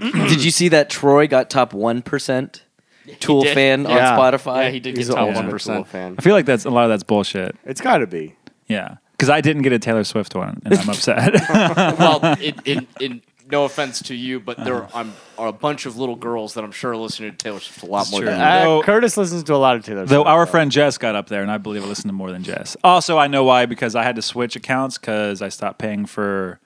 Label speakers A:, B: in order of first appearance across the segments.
A: Did you see that Troy got top one percent Tool
B: did.
A: fan on
C: Yeah.
A: Spotify?
B: Yeah, he did get
C: He's the
B: top
C: ultimate
B: one
C: Tool
B: percent.
C: fan.
D: I feel like that's a lot of that's bullshit.
C: It's got to be.
D: Yeah, because I didn't get a Taylor Swift one, and I'm upset.
B: well, in, in, in no offense to you, but there I'm, are a bunch of little girls that I'm sure are listening to Taylor Swift a lot more
D: true.
B: than
C: Uh,
D: Though-
C: Curtis listens to a lot of Taylor.
D: Though
C: Swift,
D: our
C: though.
D: friend Jess got up there, and I believe I listened to more than Jess. Also, I know why because I had to switch accounts because I stopped paying for,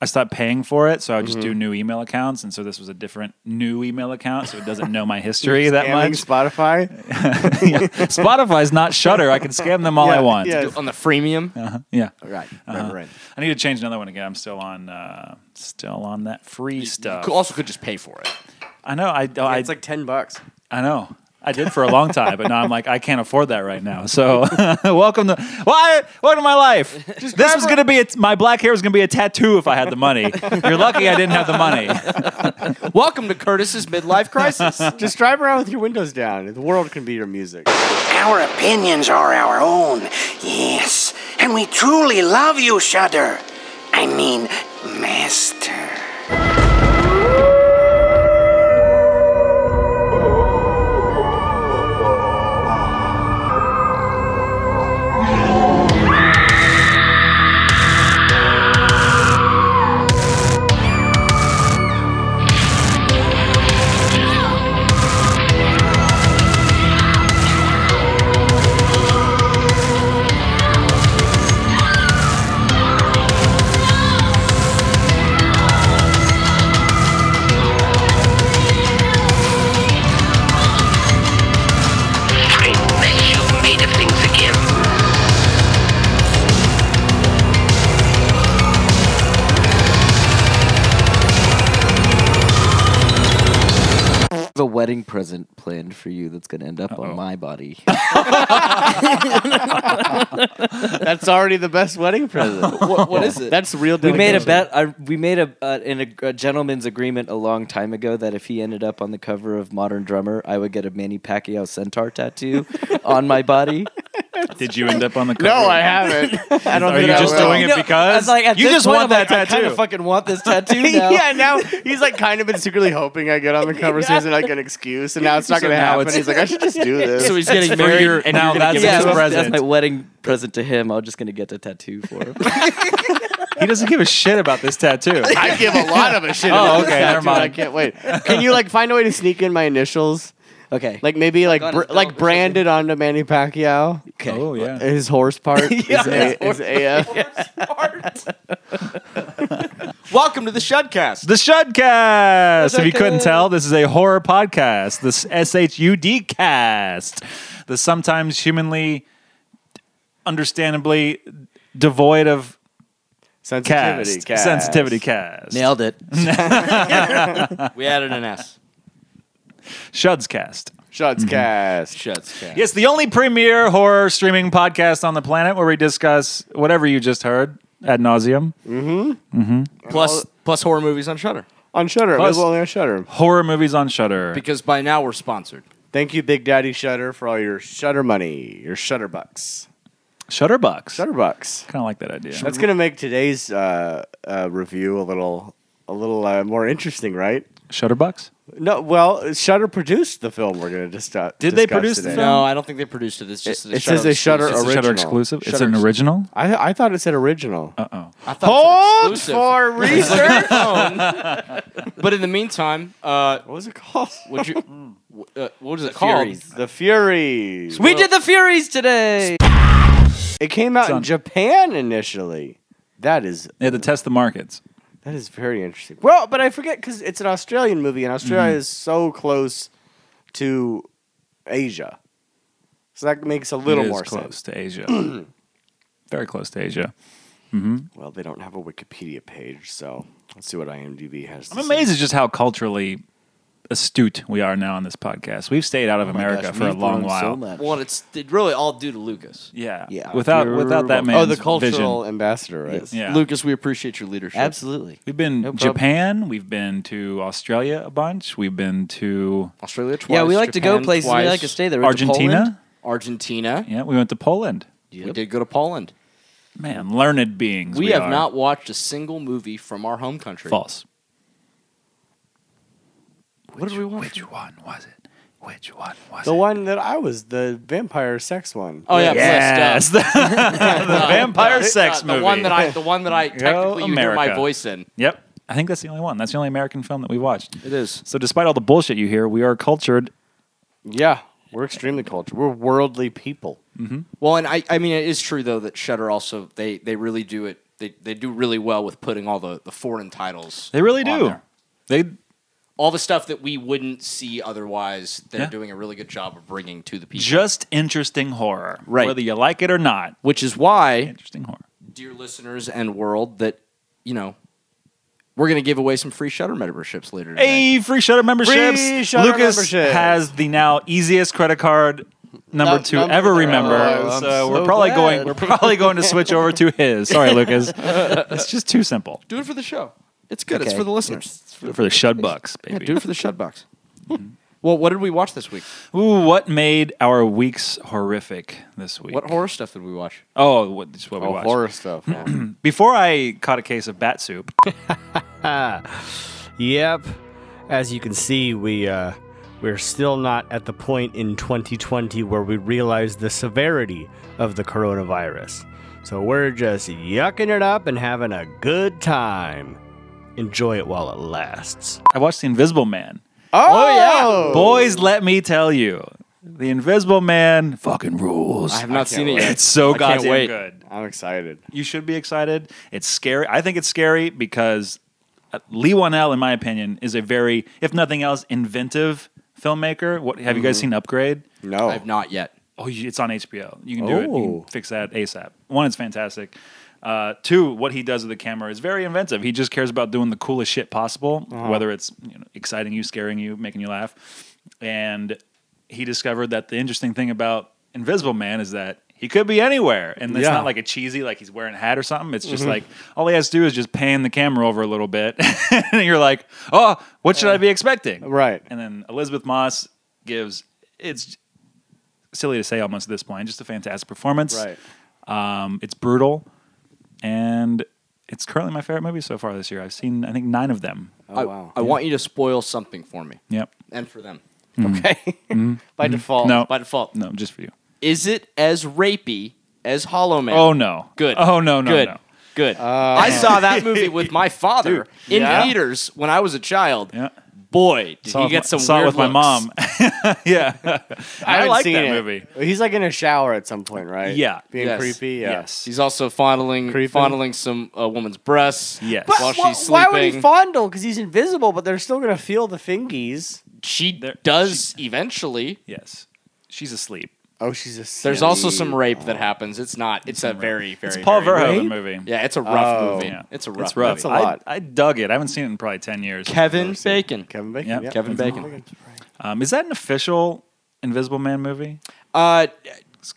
D: I stopped paying for it, so I would just do new email accounts, and so this was a different new email account, so it doesn't know my history that
C: Scamming
D: much.
C: Spotify.
D: Yeah. Spotify's not Shutter. I can scam them all I
C: Yeah,
D: want.
C: yeah.
B: you. On the freemium,
D: Yeah.
C: Right. Right. Right.
D: I need to change another one again. I'm still on, uh, still on that free stuff.
B: you also could just pay for it.
D: I know. I, I,
E: it's like ten bucks.
D: I know. I did for a long time, but now I'm like, I can't afford that right now. So, welcome to why welcome to my life. this was gonna be a, my black hair was gonna be a tattoo if I had the money. You're lucky I didn't have the money.
B: Welcome to Curtis's midlife crisis.
C: Just drive around with your windows down. The world can be your music.
F: Our opinions are our own, yes, and we truly love you, Shudder. I mean, Master.
G: I met you made of things again.
A: I have a wedding present planned for you that's going to end up on my body.
C: That's already the best wedding present.
A: what, what is it?
C: That's real.
A: we made a
C: dedication.
A: bet. I, we made a uh, in a, a gentleman's agreement a long time ago that if he ended up on the cover of Modern Drummer, I would get a Manny Pacquiao centaur tattoo on my body.
D: Did you end up on the cover?
C: No, I haven't. I don't
D: Are
C: think
D: you
C: I
D: just
C: will.
D: doing it
A: No, I
D: because
A: was like, at
D: you
A: this
D: just
A: point,
D: want
A: I'm
D: that
A: like, I
D: tattoo?
A: kinda fucking want this tattoo now.
C: yeah, now he's like kind of been secretly hoping I get on the cover so he doesn't like an excuse, and now it's not
D: So
C: going to
D: now
C: happen.
D: it's-
C: He's like, I should just do this.
B: so he's getting
D: for
B: married,
D: your-
B: and
D: now
B: you're gonna
D: that's
B: give
D: his
A: yeah,
B: him
A: that's,
B: some-
A: that's
D: present.
A: my wedding present to him. I'm just gonna get the tattoo for him.
D: he doesn't give a shit about this tattoo.
C: I give a lot of a shit.
D: Oh,
C: about
D: okay,
C: that,
D: never
C: dude.
D: mind.
C: I can't wait. Can you like find a way to sneak in my initials?
A: Okay,
C: Like maybe like
A: on
C: br-
A: his belt or
C: like
A: something.
C: branded onto Manny Pacquiao.
A: okay.
D: Oh yeah.
C: His horse part
A: Yeah,
C: is, a-
A: his
C: is AF.
B: Welcome to the Shudcast.
D: The Shudcast. If you couldn't
A: Shudcast.
D: tell, this is a horror podcast. This S H U D cast. The sometimes humanly, understandably devoid of
C: Sensitivity.
D: cast.
C: cast.
D: Sensitivity cast.
A: Nailed it.
B: We added an S.
D: Shuds cast.
C: Shots
D: Mm-hmm.
C: cast.
B: Shudcast.
D: Yes, the only premier horror streaming podcast on the planet where we discuss whatever you just heard ad nauseum.
B: Plus, plus horror movies on Shutter
C: On Shutter.
D: Plus-
C: Well, on Shutter.
D: Horror movies on Shudder.
B: because by now we're sponsored.
C: Thank you, Big Daddy Shutter, for all your Shutter money, your Shutter bucks.
D: Shutterbucks.
C: Shutter bucks.
D: Kind of like that idea.
C: That's gonna make today's uh, uh, review a little, a little uh, more interesting, right?
D: Shutterbucks?
C: No, well, Shutter produced the film we're gonna dis- uh, discuss.
D: Did they produce the
C: today.
D: film?
B: No, I don't think they produced it. It's just
C: It says a Shutter
D: It's a Shutter
C: Original.
D: exclusive. It's
B: Shudder
D: an Uh,
B: ex-
D: original.
C: I, I thought it said original.
B: I
A: Oh!
B: thought it's an exclusive.
C: research.
B: But in the meantime, uh,
C: what was it called?
B: would you, w- uh, what is it called?
A: Furies.
C: The Furies.
A: We did the Furies today.
C: It came out
D: on-
C: in Japan initially. That is
D: They had to test the markets.
C: that is very interesting. Well, but I forget because it's an Australian movie, and Australia
D: Mm-hmm.
C: is so close to Asia, so that makes a little
D: It is
C: more
D: close
C: sense.
D: to Asia. Very close to Asia.
C: Well, they don't have a Wikipedia page, so let's see what IMDb has.
D: I'm amazed at just how culturally astute we are now on this podcast. We've stayed
C: Oh
D: out of America for a long while.
B: Well, it's it really all due to Lucas.
D: Yeah.
A: Yeah.
D: Without without that
C: man.
D: man.
C: Oh, the cultural ambassador, right?
A: Yes.
D: Yeah.
B: Lucas, we appreciate your leadership.
A: Absolutely.
D: We've been
A: problem.
D: Japan. We've been to Australia a bunch. We've been to
B: Australia twice.
A: Yeah, we like to go
B: Japan
A: places.
B: twice,
A: We like to stay there. We went to Poland.
D: Argentina.
B: Argentina.
D: Yeah, we went to Poland.
B: We did go to Poland.
D: Man, learned beings.
B: We,
D: We,
B: have
D: are.
B: not watched a single movie from our home country.
D: false.
C: what did we watch?
D: Which one was it? Which one was
C: The
D: it?
C: one that I was, the vampire sex one.
B: Oh yeah,
D: Yes,
B: blessed
D: the, vampire sex
B: the
D: movie.
B: one that I, the one that I technically you hear my
D: America.
B: voice in.
D: Yep, I think that's the only one. That's the only American film that we watched.
A: It is.
D: So, despite all the bullshit you hear, we are cultured.
C: Yeah, we're extremely cultured. We're worldly people.
B: Well, and I, I mean, it is true though that Shutter also they they really do it. They they do really well with putting all the the foreign titles.
D: They really
B: on
D: do.
B: there.
D: They
B: All the stuff that we wouldn't see otherwise. They're
D: Yeah.
B: doing a really good job of bringing to the people.
D: just interesting horror,
B: Right.
D: Whether you like it or not,
B: Which is why,
D: interesting horror.
B: dear listeners and world, that you know. We're gonna give away some free Shutter memberships later today.
D: Hey, free shutter memberships.
C: Free Shudder
D: Lucas
C: memberships.
D: has the now easiest credit card number
C: Num-
D: to
C: number-
D: ever remember.
C: Oh, I'm
D: so,
C: so
D: we're probably
A: glad.
D: going we're probably going to switch over to his. Sorry, Lucas. It's just too simple.
B: Do it for the show. It's good. It's
A: Okay.
B: for the listeners.
D: For the shud bucks,
B: Yeah,
D: baby.
B: do it for the Shud box. well, what did we watch this week?
D: Ooh, what made our weeks horrific this week?
B: What horror stuff did we watch?
D: Oh, what, just what we
C: Oh,
D: watched.
C: horror stuff.
D: Before I caught a case of bat soup,
E: Yep. As you can see, we uh, we're still not at the point in 2020 where we realize the severity of the coronavirus. So we're just yucking it up and having a good time. Enjoy it while it lasts.
D: I watched The Invisible Man.
C: oh yeah,
D: Boys, let me tell you, The Invisible Man fucking rules.
B: I have not seen it yet.
D: It's so
B: I can't
D: goddamn
B: wait.
D: good.
C: I'm excited.
D: you should be excited. It's scary. I think it's scary because uh, Lee Wanell, in my opinion, is a very, if nothing else, inventive filmmaker. What have you guys seen Upgrade?
C: No,
B: I've not yet.
D: Oh, you, it's on HBO. You can do it. You
C: Oh.
D: can fix that ASAP. One, it's fantastic. Uh, two, what he does with the camera is very inventive. He just cares about doing the coolest shit possible,
C: Uh-huh.
D: whether it's you know, exciting you, scaring you, making you laugh. And he discovered that the interesting thing about Invisible Man is that he could be anywhere, and it's
C: Yeah. Mm-hmm.
D: not like a cheesy like he's wearing a hat or something. It's just like all he has to do is just pan the camera over a little bit, and you're like, oh, what should I be expecting?
C: Right.
D: And then Elizabeth Moss gives it's silly to say almost at this point, just a fantastic performance.
C: Right.
D: Um, it's brutal, and it's currently my favorite movie so far this year. I've seen I think nine of them.
B: I,
C: Oh, wow.
B: I want you to spoil something for me
D: Yep.
B: and for them.
C: Okay. By default.
D: Hmm. No.
B: By default,
D: No, just for you.
B: is it as rapey as Hollow Man?
D: Oh no.
B: Good.
D: Oh no no
B: Good.
D: no.
B: Good.
C: Uh,
B: I saw that movie with my father in
C: Yeah.
B: theaters when I was a child.
D: Yeah.
B: Boy, did
D: Saw it
B: he
D: with
B: get
D: my-
B: some
D: saw
B: weird
D: it with my
B: looks.
D: mom. yeah. I,
C: haven't
D: like
C: seen
D: that
C: it.
D: movie.
C: He's like in a shower at some point, right?
D: Yeah.
C: Being
B: Yes.
C: creepy. Yeah.
D: Yes.
B: He's also fondling
C: Creeping.
B: fondling some uh, woman's breasts
D: Yes.
C: But
B: while
C: wh-
B: she's
C: why
B: sleeping.
C: would he fondle? Because he's invisible, but they're still gonna feel the fingies.
B: she
D: There-
B: does eventually.
D: Yes. She's asleep.
C: Oh, she's a.
B: There's also some rape that happens. It's not. It's a very, very.
D: Oh. It's Paul
B: very,
D: Verhoeven movie.
B: Yeah, it's a rough
C: Oh.
B: movie.
D: Yeah.
B: It's a rough.
D: It's rough.
B: movie.
C: That's a
D: I-
C: lot.
D: I, dug it. I haven't seen it in probably ten years.
B: Kevin Bacon.
C: Kevin Bacon.
D: Yep.
C: yep.
A: Kevin Bacon.
D: Um, is that an official Invisible Man movie?
B: Uh,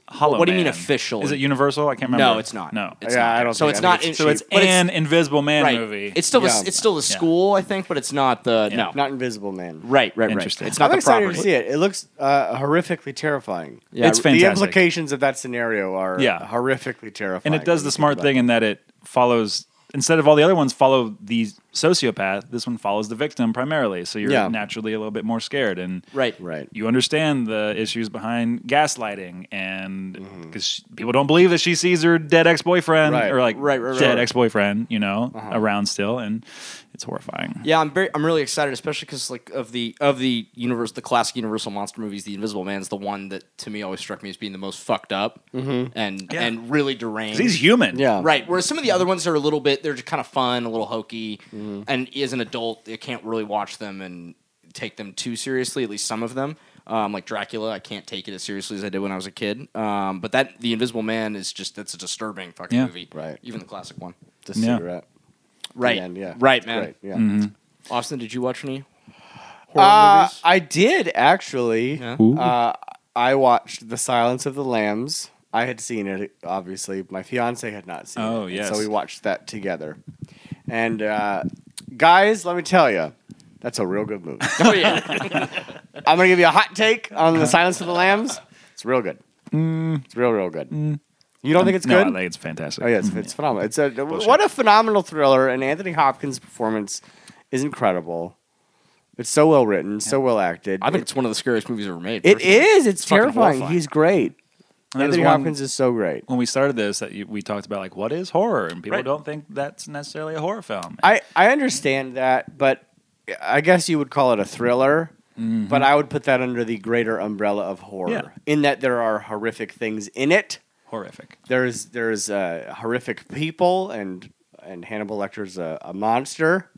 D: Hollow
B: What do you mean
D: Man.
B: official?
D: Is it Universal? I can't remember.
B: no, it's not.
D: No.
B: it's
C: Yeah,
B: not.
C: I don't
B: So
C: think
B: it's
C: I
B: not.
C: think
B: in,
D: so it's
B: but
D: an Invisible Man
B: right.
D: movie.
B: It's still.
C: Yeah.
B: A, it's still a school, I think, but it's not the.
D: Yeah.
B: No.
C: Not invisible man.
B: Right. Right. Right.
D: Interesting.
B: It's not
C: I'm
B: the
C: excited
B: property.
C: to see it. It looks uh, horrifically terrifying.
B: Yeah,
D: It's
B: re-
D: fantastic.
C: The implications of that scenario are
D: Yeah.
C: horrifically terrifying.
D: and it
C: when
D: does
C: you
D: the
C: think
D: smart
C: about
D: thing
C: it.
D: in that it follows instead of all the other ones follow the sociopath this one follows the victim primarily so you're
C: Yeah.
D: naturally a little bit more scared and
B: Right.
C: Right.
D: you understand the issues behind gaslighting and because people don't believe that she sees her dead ex-boyfriend
C: Mm-hmm. Right.
D: or like
B: Right, right, right,
D: dead
B: right. Uh-huh.
D: ex-boyfriend you know around still and it's horrifying
B: Yeah, I'm very, I'm really excited, especially because like of the of the universe, the classic Universal monster movies, The Invisible Man's the one that to me always struck me as being the most fucked up
C: Mm-hmm.
B: and
D: Yeah.
B: and really deranged.
D: he's human
C: Yeah.
B: Right. Whereas some of the other ones are a little bit, they're just kind of fun, a little hokey,
C: Mm-hmm.
B: and as an adult, you can't really watch them and take them too seriously. At least some of them, um, like Dracula, I can't take it as seriously as I did when I was a kid. Um, but that The Invisible Man is just that's a disturbing fucking
D: Yeah.
B: movie.
C: Right.
B: Even the classic one.
C: The
D: Yeah. Mm.
C: cigarette.
B: Right.
C: And, yeah.
B: Right,
C: It's
B: man.
C: great, Yeah.
B: Austin, did you watch any? Horror
C: Uh,
B: movies?
C: I did actually.
B: Yeah.
C: Uh, I watched The Silence of the Lambs. I had seen it, obviously. My fiance had not seen it.
D: Oh,
C: and
D: yes.
C: So we watched that together. And uh, guys, let me tell you, that's a real good movie.
B: Oh yeah,
C: I'm going to give you a hot take on The Silence of the Lambs. It's real good.
B: Mm.
C: It's real, real good. You don't think it's
D: no,
C: good?
D: I think it's fantastic Mm-hmm.
C: Oh yeah, it's, it's phenomenal. It's a what a phenomenal thriller, and Anthony Hopkins' performance is incredible. It's so well written, so well acted.
B: I think it's one of the scariest movies ever made.
C: it
B: personally.
C: is. It's
B: fucking
C: terrifying.
B: horrifying.
C: He's great.
D: that is
C: Anthony
D: one-
C: Hopkins is so great.
D: When we started this, that you, we talked about like what is horror, and people
B: Right.
D: don't think that's necessarily a horror film.
C: I, I understand that, but I guess you would call it a thriller. But I would put that under the greater umbrella of horror,
D: Yeah.
C: in that there are horrific things in it.
D: Horrific.
C: There's there's uh, horrific people, and and Hannibal Lecter's a, a monster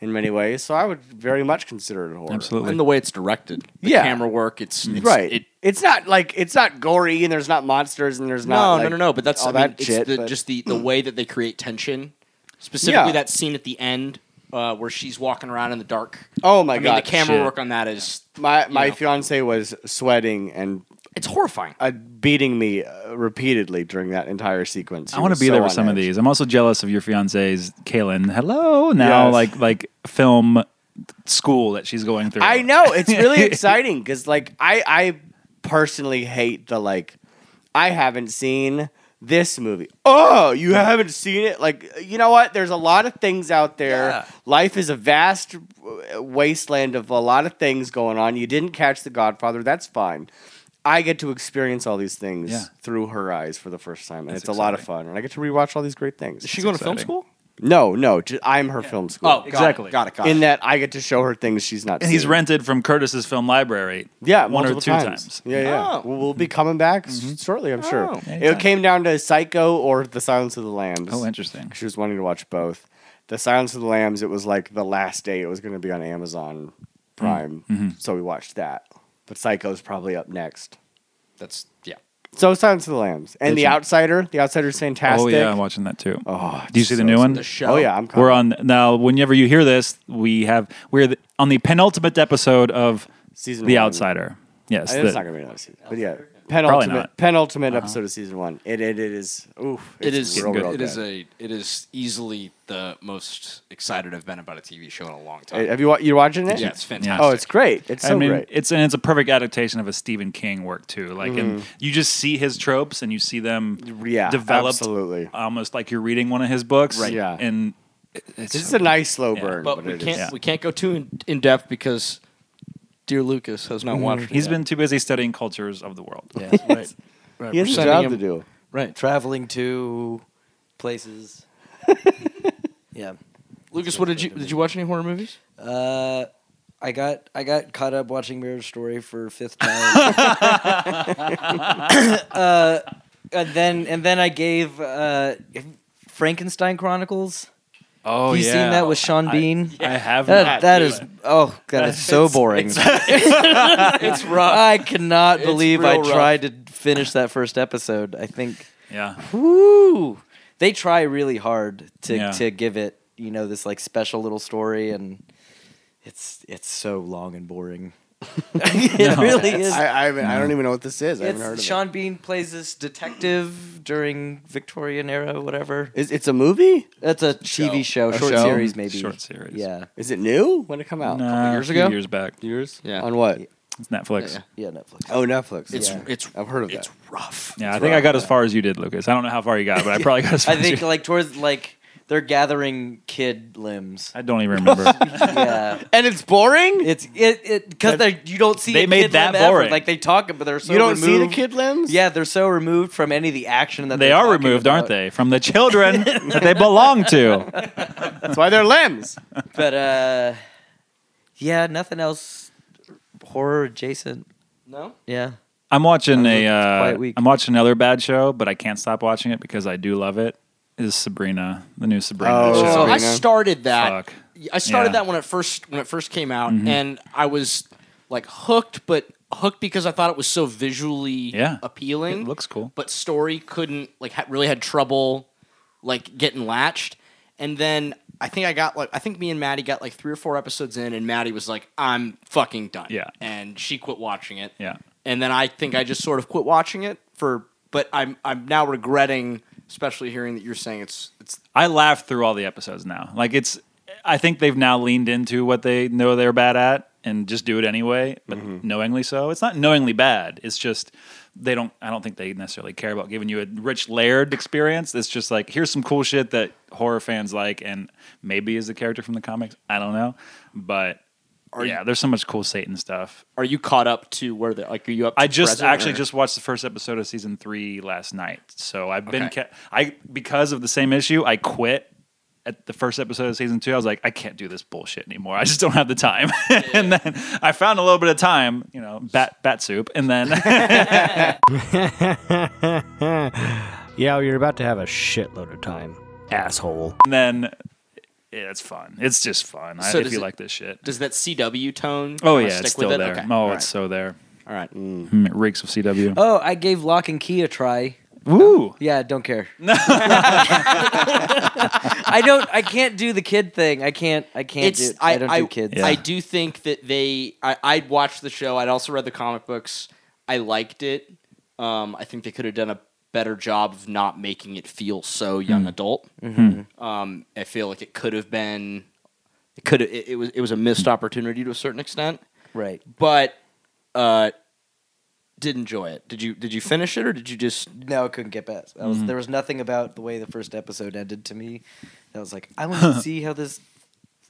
C: in many ways. So I would very much consider it horror.
D: Absolutely.
B: And the way it's directed, the
C: Yeah.
B: camera work, it's, it's
C: right.
B: It,
C: it's not like it's not gory, and there's not monsters, and there's
B: no,
C: not
B: no,
C: like,
B: no, no. But that's
C: all
B: I mean,
C: that
B: it's
C: shit.
B: the,
C: but-
B: just the the way that they create tension. Specifically,
C: Yeah.
B: that scene at the end uh, where she's walking around in the dark.
C: oh my
B: I
C: god,
B: mean, the camera
C: shit.
B: work on that is
C: My my
B: know.
C: fiance was sweating and
B: it's horrifying.
C: uh, beating me uh, repeatedly during that entire sequence.
D: I want to be there for some of these. I'm also jealous of your fiance's Kaylin. Hello, now
C: Yes.
D: like like film school that she's going through.
C: I know it's really exciting because, like, I I personally hate the like. I haven't seen this movie. Oh, you haven't seen it? Like, you know what? There's a lot of things out there. Life is a vast uh, wasteland of a lot of things going on. You didn't catch The Godfather. That's fine. I get to experience all these things
D: Yeah.
C: through her eyes for the first time, and it's a lot of fun. And I get to rewatch all these great things.
B: Is she going to film
D: exciting.
B: school?
C: No, no, ju- I'm her film school.
B: Oh,
D: Exactly.
B: Got it. Got it. Got it.
C: in that I get to show her things she's not.
D: And he's
C: seen.
D: rented from Curtis's film library.
C: Yeah,
D: one or
C: multiple
D: two times. Mm-hmm.
C: Yeah, yeah.
B: Oh.
C: We'll, we'll be coming back s- shortly, I'm sure.
B: Oh.
C: It came down to Psycho or The Silence of the Lambs.
D: Oh, interesting.
C: She was wanting to watch both. The Silence of the Lambs. It was like the last day it was going to be on Amazon
D: Mm.
C: Prime,
D: Mm-hmm.
C: so we watched that. But Psycho's probably up next.
B: That's yeah.
C: So Silence of the Lambs and The Outsider. The Outsider's fantastic.
D: Oh yeah, I'm watching that too.
C: Oh,
D: Do you see the new one?
B: The show.
C: Oh yeah, I'm.
D: We're on now. Whenever you hear this, we have we're the, on the penultimate episode of
C: Season
D: The
C: one.
D: Outsider. Yes,
C: It's
D: the-
C: not going to be another season, but yeah,
D: not. Uh-huh.
C: penultimate penultimate episode of season one. It it, it is. Oof,
B: It
C: it's
B: is.
C: Real,
D: good.
C: real
B: It is
C: good.
B: a. It is easily the most excited I've been about a TV show in a long
C: Hey,
B: time.
C: Have you wa- you watching it?
B: yeah, it's fantastic.
C: Oh, it's great. It's so
D: I mean,
C: great.
D: it's and it's a perfect adaptation of a Stephen King work too. Like, and you just see his tropes and you see them
C: Mm-hmm. yeah,
D: developed
C: absolutely.
D: almost like you're reading one of his books.
C: Right. Yeah.
D: and it- it's
C: It's
D: so
C: a nice slow
D: Yeah.
C: burn,
B: but
C: but,
B: we
C: it
B: can't.
C: is.
D: Yeah.
B: We can't go too in, in depth because dear Lucas has
C: Mm-hmm.
B: not watched. it
D: He's
B: yet.
D: been too busy studying cultures of the world.
A: right.
B: Right,
C: He
B: we're
C: has a
B: sending
C: job
B: him-
C: to do.
B: Right.
A: Traveling to places. yeah.
B: Lucas, what did you did you watch any horror movies?
A: Uh, I got I got caught up watching Mirror Story for fifth time. uh, and then and then I gave uh, Frankenstein Chronicles.
D: Oh,
A: you seen that with Sean Bean?
D: I have
A: That,
D: not.
A: that is oh god, it's so boring. It's, rough. I cannot believe I
B: real rough.
A: tried to finish that first episode. I think
D: yeah.
A: woo, they try really hard to
D: Yeah.
A: to give it you know this like special little story, and it's it's so long and boring. it really is.
C: I, I, haven't- I don't even know what this is. I haven't heard of
A: it's, Sean Bean plays this detective during Victorian era, whatever.
C: it. Is it's a movie?
A: That's a TV show,
C: A
A: short
C: show?
A: series, maybe.
D: Short series.
A: Yeah,
C: Is it new? When did it come out?
D: Nah,
B: years
D: a few
B: ago?
D: years back.
C: Years?
B: Yeah.
C: On what?
D: It's Netflix.
B: Yeah.
D: Yeah,
A: yeah, Netflix.
C: Oh, Netflix.
B: It's
C: yeah.
B: it's
C: I've heard of
B: it's
C: that.
B: rough.
D: I think I got as far as you did, Lucas. I don't know how far you got, but I probably got as far.
A: I think
D: as you
A: like towards like they're gathering kid limbs.
D: I don't even remember.
A: Yeah,
C: And it's boring.
A: it's it it because they you don't see
D: They
A: a
D: made
A: kid
D: that
A: limb ever.
D: boring.
A: Like they talk, but they're so
C: you don't
A: removed.
C: see the kid limbs.
A: Yeah, they're so removed from any of the action that
D: they
A: they're
D: are
A: talking
D: removed, aren't
A: about.
D: they, from the children that they belong to?
C: That's why they're limbs.
A: But uh, yeah, nothing else horror adjacent.
B: No.
A: Yeah,
D: I'm watching
A: That was
D: a.
A: a
D: Uh,
A: quiet week.
D: I'm watching another bad show, but I can't stop watching it because I do love it. Is Sabrina the new Sabrina
C: Oh,
D: show?
B: So I
C: Sabrina.
B: started that.
D: Fuck.
B: I started
D: Yeah. Mm-hmm.
B: that when it first when it first came out, and I was like hooked, but hooked because I thought it was so visually
D: Yeah.
B: appealing.
D: It looks cool.
B: but story couldn't like ha- really had trouble like getting latched. And then I think I got like I think me and Maddie got like three or four episodes in, and Maddie was like, "I'm fucking done."
D: Yeah.
B: and she quit watching it.
D: Yeah.
B: and then I think I just sort of quit watching it for. But I'm I'm now regretting, especially hearing that you're saying it's it's
D: I laugh through all the episodes now. Like it's, I think they've now leaned into what they know they're bad at and just do it anyway, but knowingly so. It's not knowingly bad. It's just they don't. I don't think they necessarily care about giving you a rich layered experience. It's just like here's some cool shit that horror fans like, and maybe is the character from the comics. I don't know, but
B: Are
D: yeah, there's so much cool Satan stuff.
B: you, are you caught up to where the like are you up? To
D: I just
B: present,
D: actually
B: or-
D: just watched the first episode of season three last night. So I've been
B: Okay.
D: ca- I because of the same issue, I quit at the first episode of season two. I was like, I can't do this bullshit anymore. I just don't have the time. and then I found a little bit of time, you know, bat bat soup, and then
E: Yeah, well, you're about to have a shitload of time, asshole.
D: and then yeah, it's fun. It's just fun.
B: So
D: I, if
B: does
D: you
B: it-
D: like this shit.
B: does that CW tone.
D: Oh
B: kinda
D: yeah,
B: stick
D: it's still
B: with it?
D: there.
B: Okay.
D: Oh,
B: all right.
D: it's so there.
B: all right.
D: Mm, it reeks of CW.
A: Oh, I gave Lock and Key a try.
D: Woo!
A: Yeah, don't care. I don't. I can't do the kid thing. I can't. I can't do. it. I, don't do kids.
D: Yeah.
B: I do think that they. I, I'd watched the show. I'd also read the comic books. I liked it. Um, I think they could have done a better job of not making it feel so young
D: Hmm.
B: adult.
A: Mm-hmm.
B: Um, I feel like it could have been. It could. It, it was. It was a
D: Hmm.
B: missed opportunity to a certain extent.
A: Right.
B: But, uh, did enjoy it. Did you? Did you finish it or did you just?
A: No, I couldn't get past. I was, There was nothing about the way the first episode ended to me. That was like, I want to see how this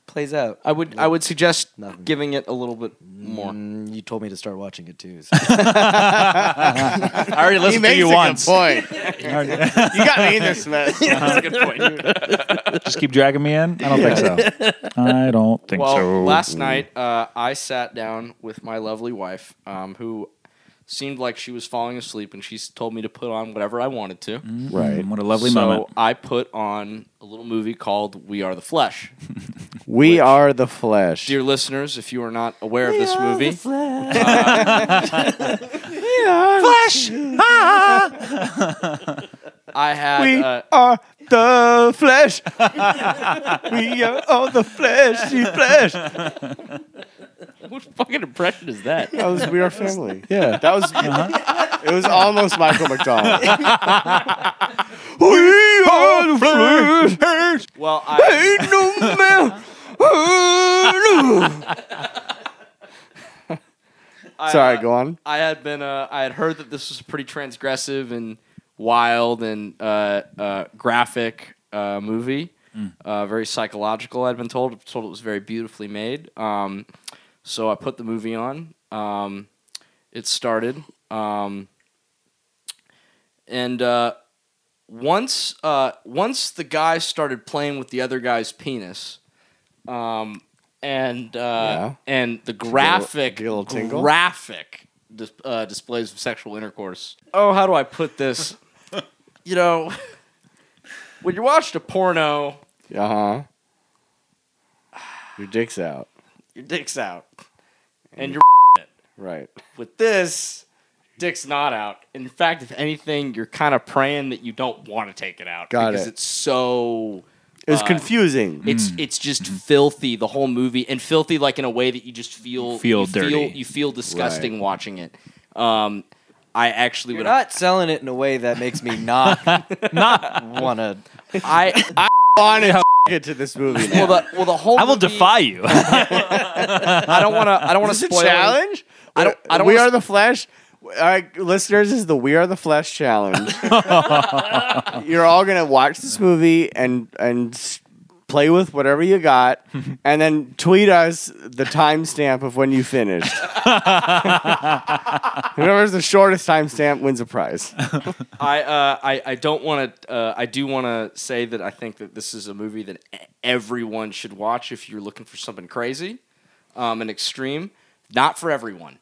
A: plays out.
B: I would. I would suggest
A: Nothing.
B: giving it a little bit more.
A: Mm, you told me to start watching it too. so-
D: I already listened to you once.
C: point. you got me in this mess.
B: That's a good point.
D: Just keep dragging me in. I don't think so. I don't think
B: well,
D: so.
B: last night uh, I sat down with my lovely wife, um, who seemed like she was falling asleep, and she s- told me to put on whatever I wanted to.
C: Right.
D: Mm, what a lovely
B: so
D: moment.
B: I put on a little movie called "We Are the Flesh."
C: We are the flesh.
B: Dear listeners, if you are not aware of this movie, I had
C: we
B: uh,
C: are the flesh. we are all the fleshy flesh.
B: what fucking impression is that?
C: That was We Are Family. Yeah. Uh-huh. That was, it was almost Michael McDonald. we are the flesh.
B: well, I,
C: Ain't no man- Oh, no.
B: I,
C: Sorry,
B: uh,
C: go on.
B: I had been uh, I had heard that this was pretty transgressive and wild and uh, uh, graphic uh, movie, uh, very psychological. I'd been told told it was very beautifully made. Um, so I put the movie on. Um, it started, um, and uh, once uh, once the guy started playing with the other guy's penis. Um, and uh, and the graphic
C: get a little tingle?
B: graphic dis- uh, displays of sexual intercourse. Oh, how do I put this? you know, when you watched a porno,
C: Uh huh. Your dick's out.
B: your dick's out, and your
C: Right.
B: with this, dick's not out. In fact, if anything, you're kind of praying that you don't want to take it out
C: Got
B: because
C: it.
B: it's so.
C: It's
A: Uh,
C: confusing.
B: It's it's just filthy the whole movie and filthy like in a way that you just feel
D: You feel
B: you
D: dirty.
B: you feel disgusting watching it. Um, I actually
A: You're
B: would
A: not selling it in a way that makes me not not want to.
B: I
C: on and get to this movie.
B: well the well the whole
D: I will
B: movie-
D: defy you.
B: I don't want to I don't want to
C: Is this
B: spoil
C: a challenge?
B: I don't- I don't
C: we
B: wanna-
C: are the flesh. All right, listeners, this is the We Are the Flesh challenge. You're all gonna watch this movie and and s- play with whatever you got, and then tweet us the timestamp of when you finished. Whoever's the shortest timestamp wins a prize.
B: I, uh, I I don't want to. Uh, I do want to say that I think that this is a movie that e- everyone should watch if you're looking for something crazy, um, and extreme. Not for everyone,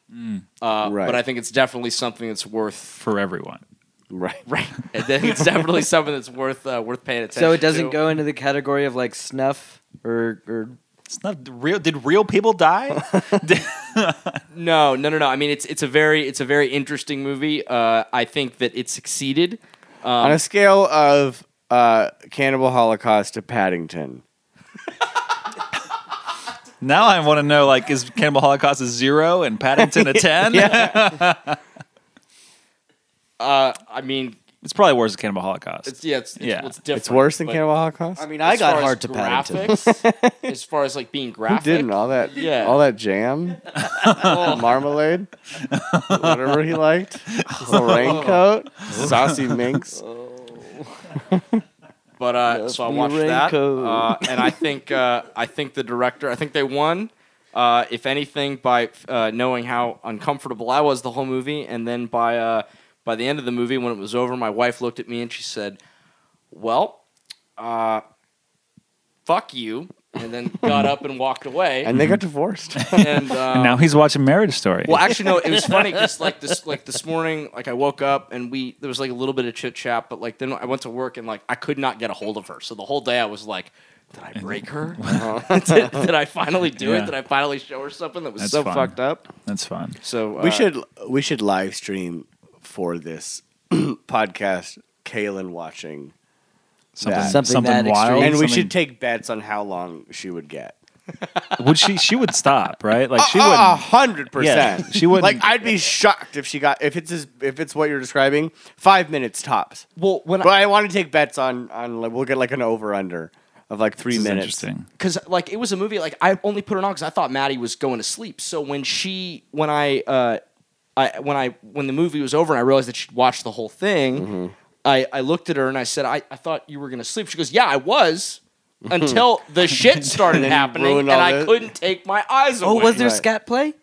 B: uh,
C: Right.
B: but I think it's definitely something that's worth.
D: For everyone.
C: Right.
B: Right. I think it's definitely something that's worth uh, worth paying attention.
A: So it doesn't
B: to.
A: go into the category of like snuff or or
D: It's not real. Did real people die?
B: No, no, no, no. I mean, it's it's a very it's a very interesting movie. Uh, I think that it succeeded. um,
C: On a scale of uh, Cannibal Holocaust to Paddington,
D: now I want to know like is Cannibal Holocaust a zero and Paddington a ten? yeah.
B: Uh, I mean,
D: It's probably worse than Cannibal Holocaust.
B: it's yeah, it's, it's,
D: Yeah.
B: well, it's different.
C: it's worse than
B: but-
C: Cannibal Holocaust.
A: I mean, I
B: As
A: got
B: far
A: hard
B: as
A: to Paddington.
B: graphics, as far as like being graphic,
C: Didn't all that
B: Yeah.
C: all that jam, marmalade, whatever he liked, the raincoat, saucy minx.
B: but uh, so I
A: Love me
B: watched that,
A: raincoat.
B: uh, and I think uh, I think the director, I think they won. Uh, if anything, by uh, knowing how uncomfortable I was the whole movie, and then by uh, by the end of the movie, when it was over, my wife looked at me and she said, "Well, uh, fuck you," and then got up and walked away.
C: and they got divorced.
B: and, uh,
D: And now he's watching Marriage Story.
B: well, actually, no. It was funny because like this, like this morning, like I woke up and we there was like a little bit of chit chat, but like then I went to work and like I could not get a hold of her. So the whole day I was like, did I break her? Uh, did, did I finally do
D: Yeah.
B: it? Did I finally show her something that was
D: That's
B: so
D: fun.
B: fucked up?
D: That's fun.
B: So uh,
C: we should we should live stream for this podcast. Kalen watching,
D: Something,
C: That-
D: something,
A: Something that
D: wild.
C: and we
D: something-
C: should take bets on how long she would get.
D: Would she? She would stop, right? Like she
C: Oh, a
D: would.
C: hundred
D: Yeah,
C: percent.
D: she wouldn't-
C: Like I'd be shocked if she got if it's as, if it's what you're describing. Five minutes tops.
B: well when
C: But I want to take bets on on like, we'll get like an over under of like three
D: This is
C: minutes.
D: interesting.
B: because like it was a movie like I only put it on because I thought Maddie was going to sleep. So when she when I uh I when I when the movie was over and I realized that she'd watched the whole thing,
C: Mm-hmm.
B: I I looked at her and I said I I thought you were going to sleep. She goes Yeah, I was. Until the shit started
C: then you
B: happening,
C: ruined
B: and
C: all
B: I
C: this.
B: couldn't take my eyes away.
A: Oh, was there
C: Right.
A: scat play?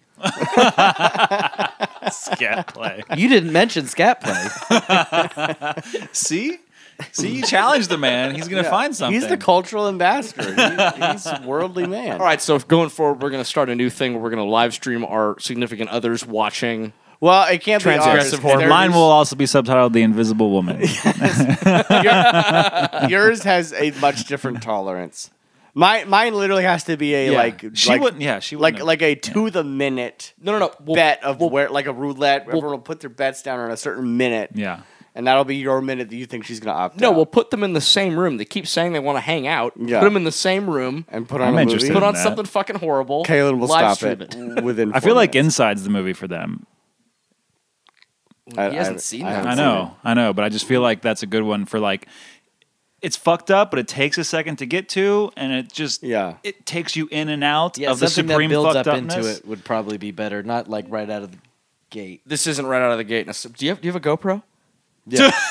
D: Scat play.
A: You didn't mention scat play.
D: See, see, you challenge the man. He's gonna find something.
C: He's the cultural ambassador. He- he's a worldly man.
B: All right, so if going forward, we're going to start a new thing where we're going to live stream our significant others watching.
C: Well, it can't be ours.
B: Transgressive
D: And
B: horror.
D: mine will also be subtitled "The Invisible Woman."
C: Yours has a much different tolerance. Mine, mine literally has to be a
B: Yeah.
C: like
D: she
C: like,
D: wouldn't. Yeah, she
C: like
D: wouldn't
C: like a to the minute
B: No, no, no. We'll,
C: bet of where like a roulette. where everyone will put their bets down on a certain minute,
D: yeah.
C: and that'll be your minute that you think she's gonna opt
B: No,
C: out.
B: we'll put them in the same room. They keep saying they want to hang out.
C: Yeah.
B: Put them in the same room.
C: and put
D: I'm
C: on a movie.
D: interested.
B: Put on
D: that.
B: something fucking horrible.
C: Kalen will
B: Live
C: stop
B: stream
C: it, within.
D: I
C: four
D: feel like
C: minutes.
D: Inside's the movie for them.
C: I-
B: He hasn't
C: I-
B: seen
C: I
B: that.
C: haven't
D: I
C: seen
D: know, I know, but I just feel like that's a good one for like. It's fucked up, but it takes a second to get to, and it just
C: Yeah.
D: it takes you in and out
A: Yeah,
D: of the
A: something that
D: supreme
A: builds
D: fucked
A: up
D: upness.
A: into it would probably be better. Not like right out of the gate.
B: This isn't right out of the gate. Now, so- Do you have, do you have a GoPro?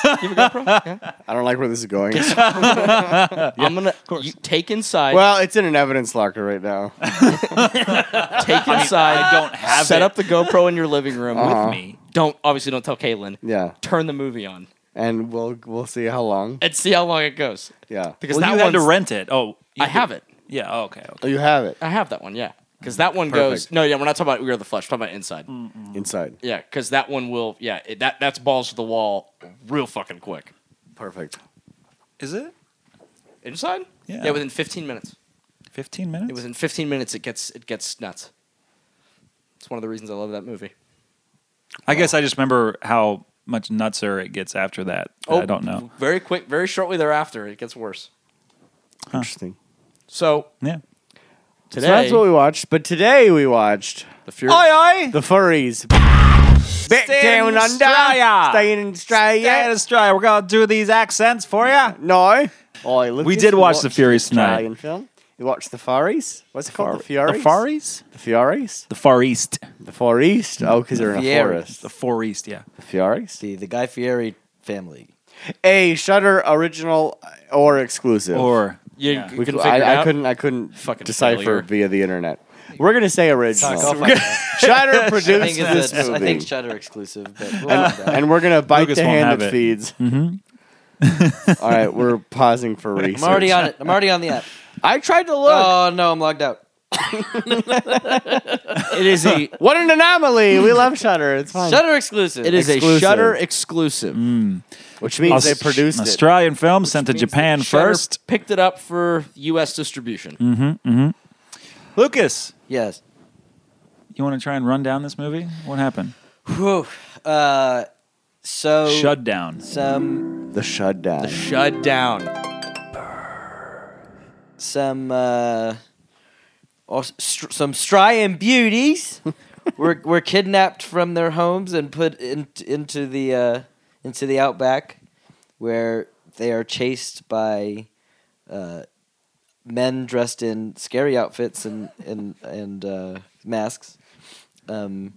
C: I don't like where this is going.
B: I'm gonna you take inside.
C: well, it's in an evidence locker right now.
B: take inside.
D: I don't have
B: set
D: it
B: up the GoPro in your living room
C: Uh-huh.
B: with me. Don't obviously don't tell Caitlin.
C: Yeah,
B: Turn the movie on
C: and we'll we'll see how long.
B: and see how long it goes.
C: Yeah,
B: Because
D: Well,
B: that
D: you had to
B: one's-
D: rent it. Oh, you
B: I have it.
D: Yeah. Oh, okay. okay.
C: oh, you have it
B: I have that one. Yeah. Because that one goes.
C: Perfect.
B: No, yeah, we're not talking about we are the flesh. We're talking about inside.
C: inside.
B: Yeah, because that one will. Yeah, it, that that's balls to the wall, real fucking quick.
C: Perfect.
D: Is it
B: Inside.
D: Yeah.
B: Yeah, within 15 minutes.
D: fifteen minutes?
B: It was in 15 minutes. It gets it gets nuts. It's one of the reasons I love that movie.
D: I guess I just remember how much nutser it gets after that. I don't know.
B: Very quick, very shortly thereafter, it gets worse.
C: Interesting.
B: So
D: Yeah.
B: today,
C: So that's what we watched. But today we watched
B: the Fury.
C: the furries. Back
D: Stay in
C: down under.
D: Australia.
C: Staying in Australia.
D: Australia. We're gonna do these accents for you.
C: No.
D: Oh,
C: Oi, Lucas,
D: We did
C: you
D: watch
C: watched
D: The Furies
C: the Australian
D: tonight.
C: film. You watched the Far East. What's it called? The
D: The
C: Furies.
D: Far East.
C: The Furies.
D: The Far East.
C: The Far East. Oh, because they're in a
A: Furies.
C: forest.
D: The Far East. Yeah.
C: The Furies.
A: The the Guy Fieri family.
C: A Shutter original or exclusive.
D: Or
B: You
D: Yeah.
B: c-
C: we
B: can
C: could,
B: figure it
C: I, I
B: out?
C: couldn't. I couldn't
B: Fucking
C: decipher
B: failure.
C: via the internet. We're gonna say original.
A: Fuck off.
C: Shutter
A: I
C: produced
A: think, it's
C: this
A: a-
C: movie.
A: I think Shutter exclusive, but we'll look it up.
C: and we're gonna bite
D: Lucas
C: the
D: won't
C: hand
D: have
C: that
D: it. Mm-hmm.
C: feeds. All right, we're pausing for research.
A: I'm already on it. I'm already on the app.
C: I tried to look.
A: Oh no, I'm logged out.
B: it is a
C: what an anomaly! We love Shutter. It's fine.
A: Shutter exclusive.
B: it is a
C: Exclusive.
B: Shutter exclusive.
C: Which means
D: Aus-
C: they produced
D: an
C: it.
D: Australian film sent to
B: Means that
D: Japan
B: Shudder
D: first.
B: picked it up for U.S. distribution.
D: Lucas,
A: Yes.
D: you want to try and run down this movie? What happened?
A: Whew. Uh, so
D: Shut down.
A: some
C: The shutdown.
B: Shut down.
A: some uh, aus- str- some Australian beauties were were kidnapped from their homes and put in, into the uh, into the outback, where they are chased by uh, men dressed in scary outfits and and and uh, masks, um,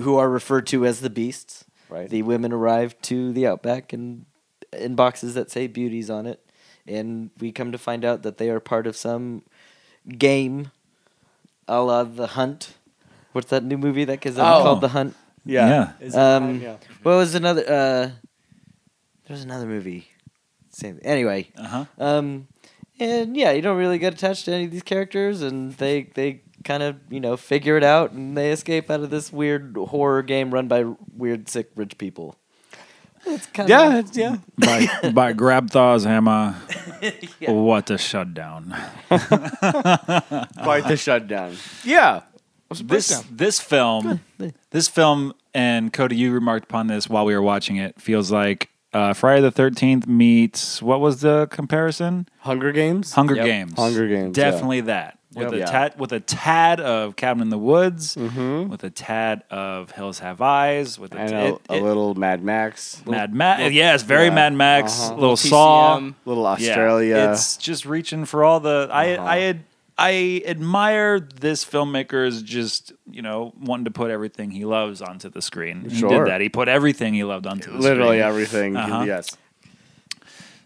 A: who are referred to as the beasts.
C: Uh-huh. Right.
A: The women arrive to the outback and in boxes that say beauties on it, and we come to find out that they are part of some game a la The Hunt. What's that new movie that is
C: Oh.
A: called The Hunt?
D: Yeah.
C: Is it
A: Um,
C: time? Yeah.
A: What was another? Uh, there was another movie. Same. Anyway,
D: Uh
C: Uh-huh.
D: huh.
A: um, and yeah, you don't really get attached to any of these characters, and they they kind of you know figure it out, and they escape out of this weird horror game run by weird sick rich people. It's kind
C: Yeah,
A: of
C: it's- yeah.
D: by, by grab thaws hammer. What a shutdown.
C: Quite the shutdown. Yeah.
D: This this film, this film, and Cody, you remarked upon this while we were watching it. Feels like uh, Friday the Thirteenth meets what was the comparison?
C: Hunger Games.
D: Hunger Games.
C: Hunger Games,
D: Definitely that. With a
C: Yeah.
D: tad, with a tad of Cabin in the Woods, with a tad of Hills Have Eyes, with a,
C: I
D: t-
C: know
D: it-
C: Mm-hmm. a
D: it-
C: little Mad Max,
D: Mad Max. yes, very
C: yeah,
D: Mad Max.
C: uh-huh.
D: Little
B: TCM.
D: Saw.
C: little
D: Yeah,
C: Australia.
D: it's just reaching for all the. I I ad, I admire this filmmaker's just you know wanting to put everything he loves onto the screen. He
C: Sure.
D: did that. He put everything he loved onto the
C: literally
D: screen.
C: everything.
D: Uh-huh.
C: Yes.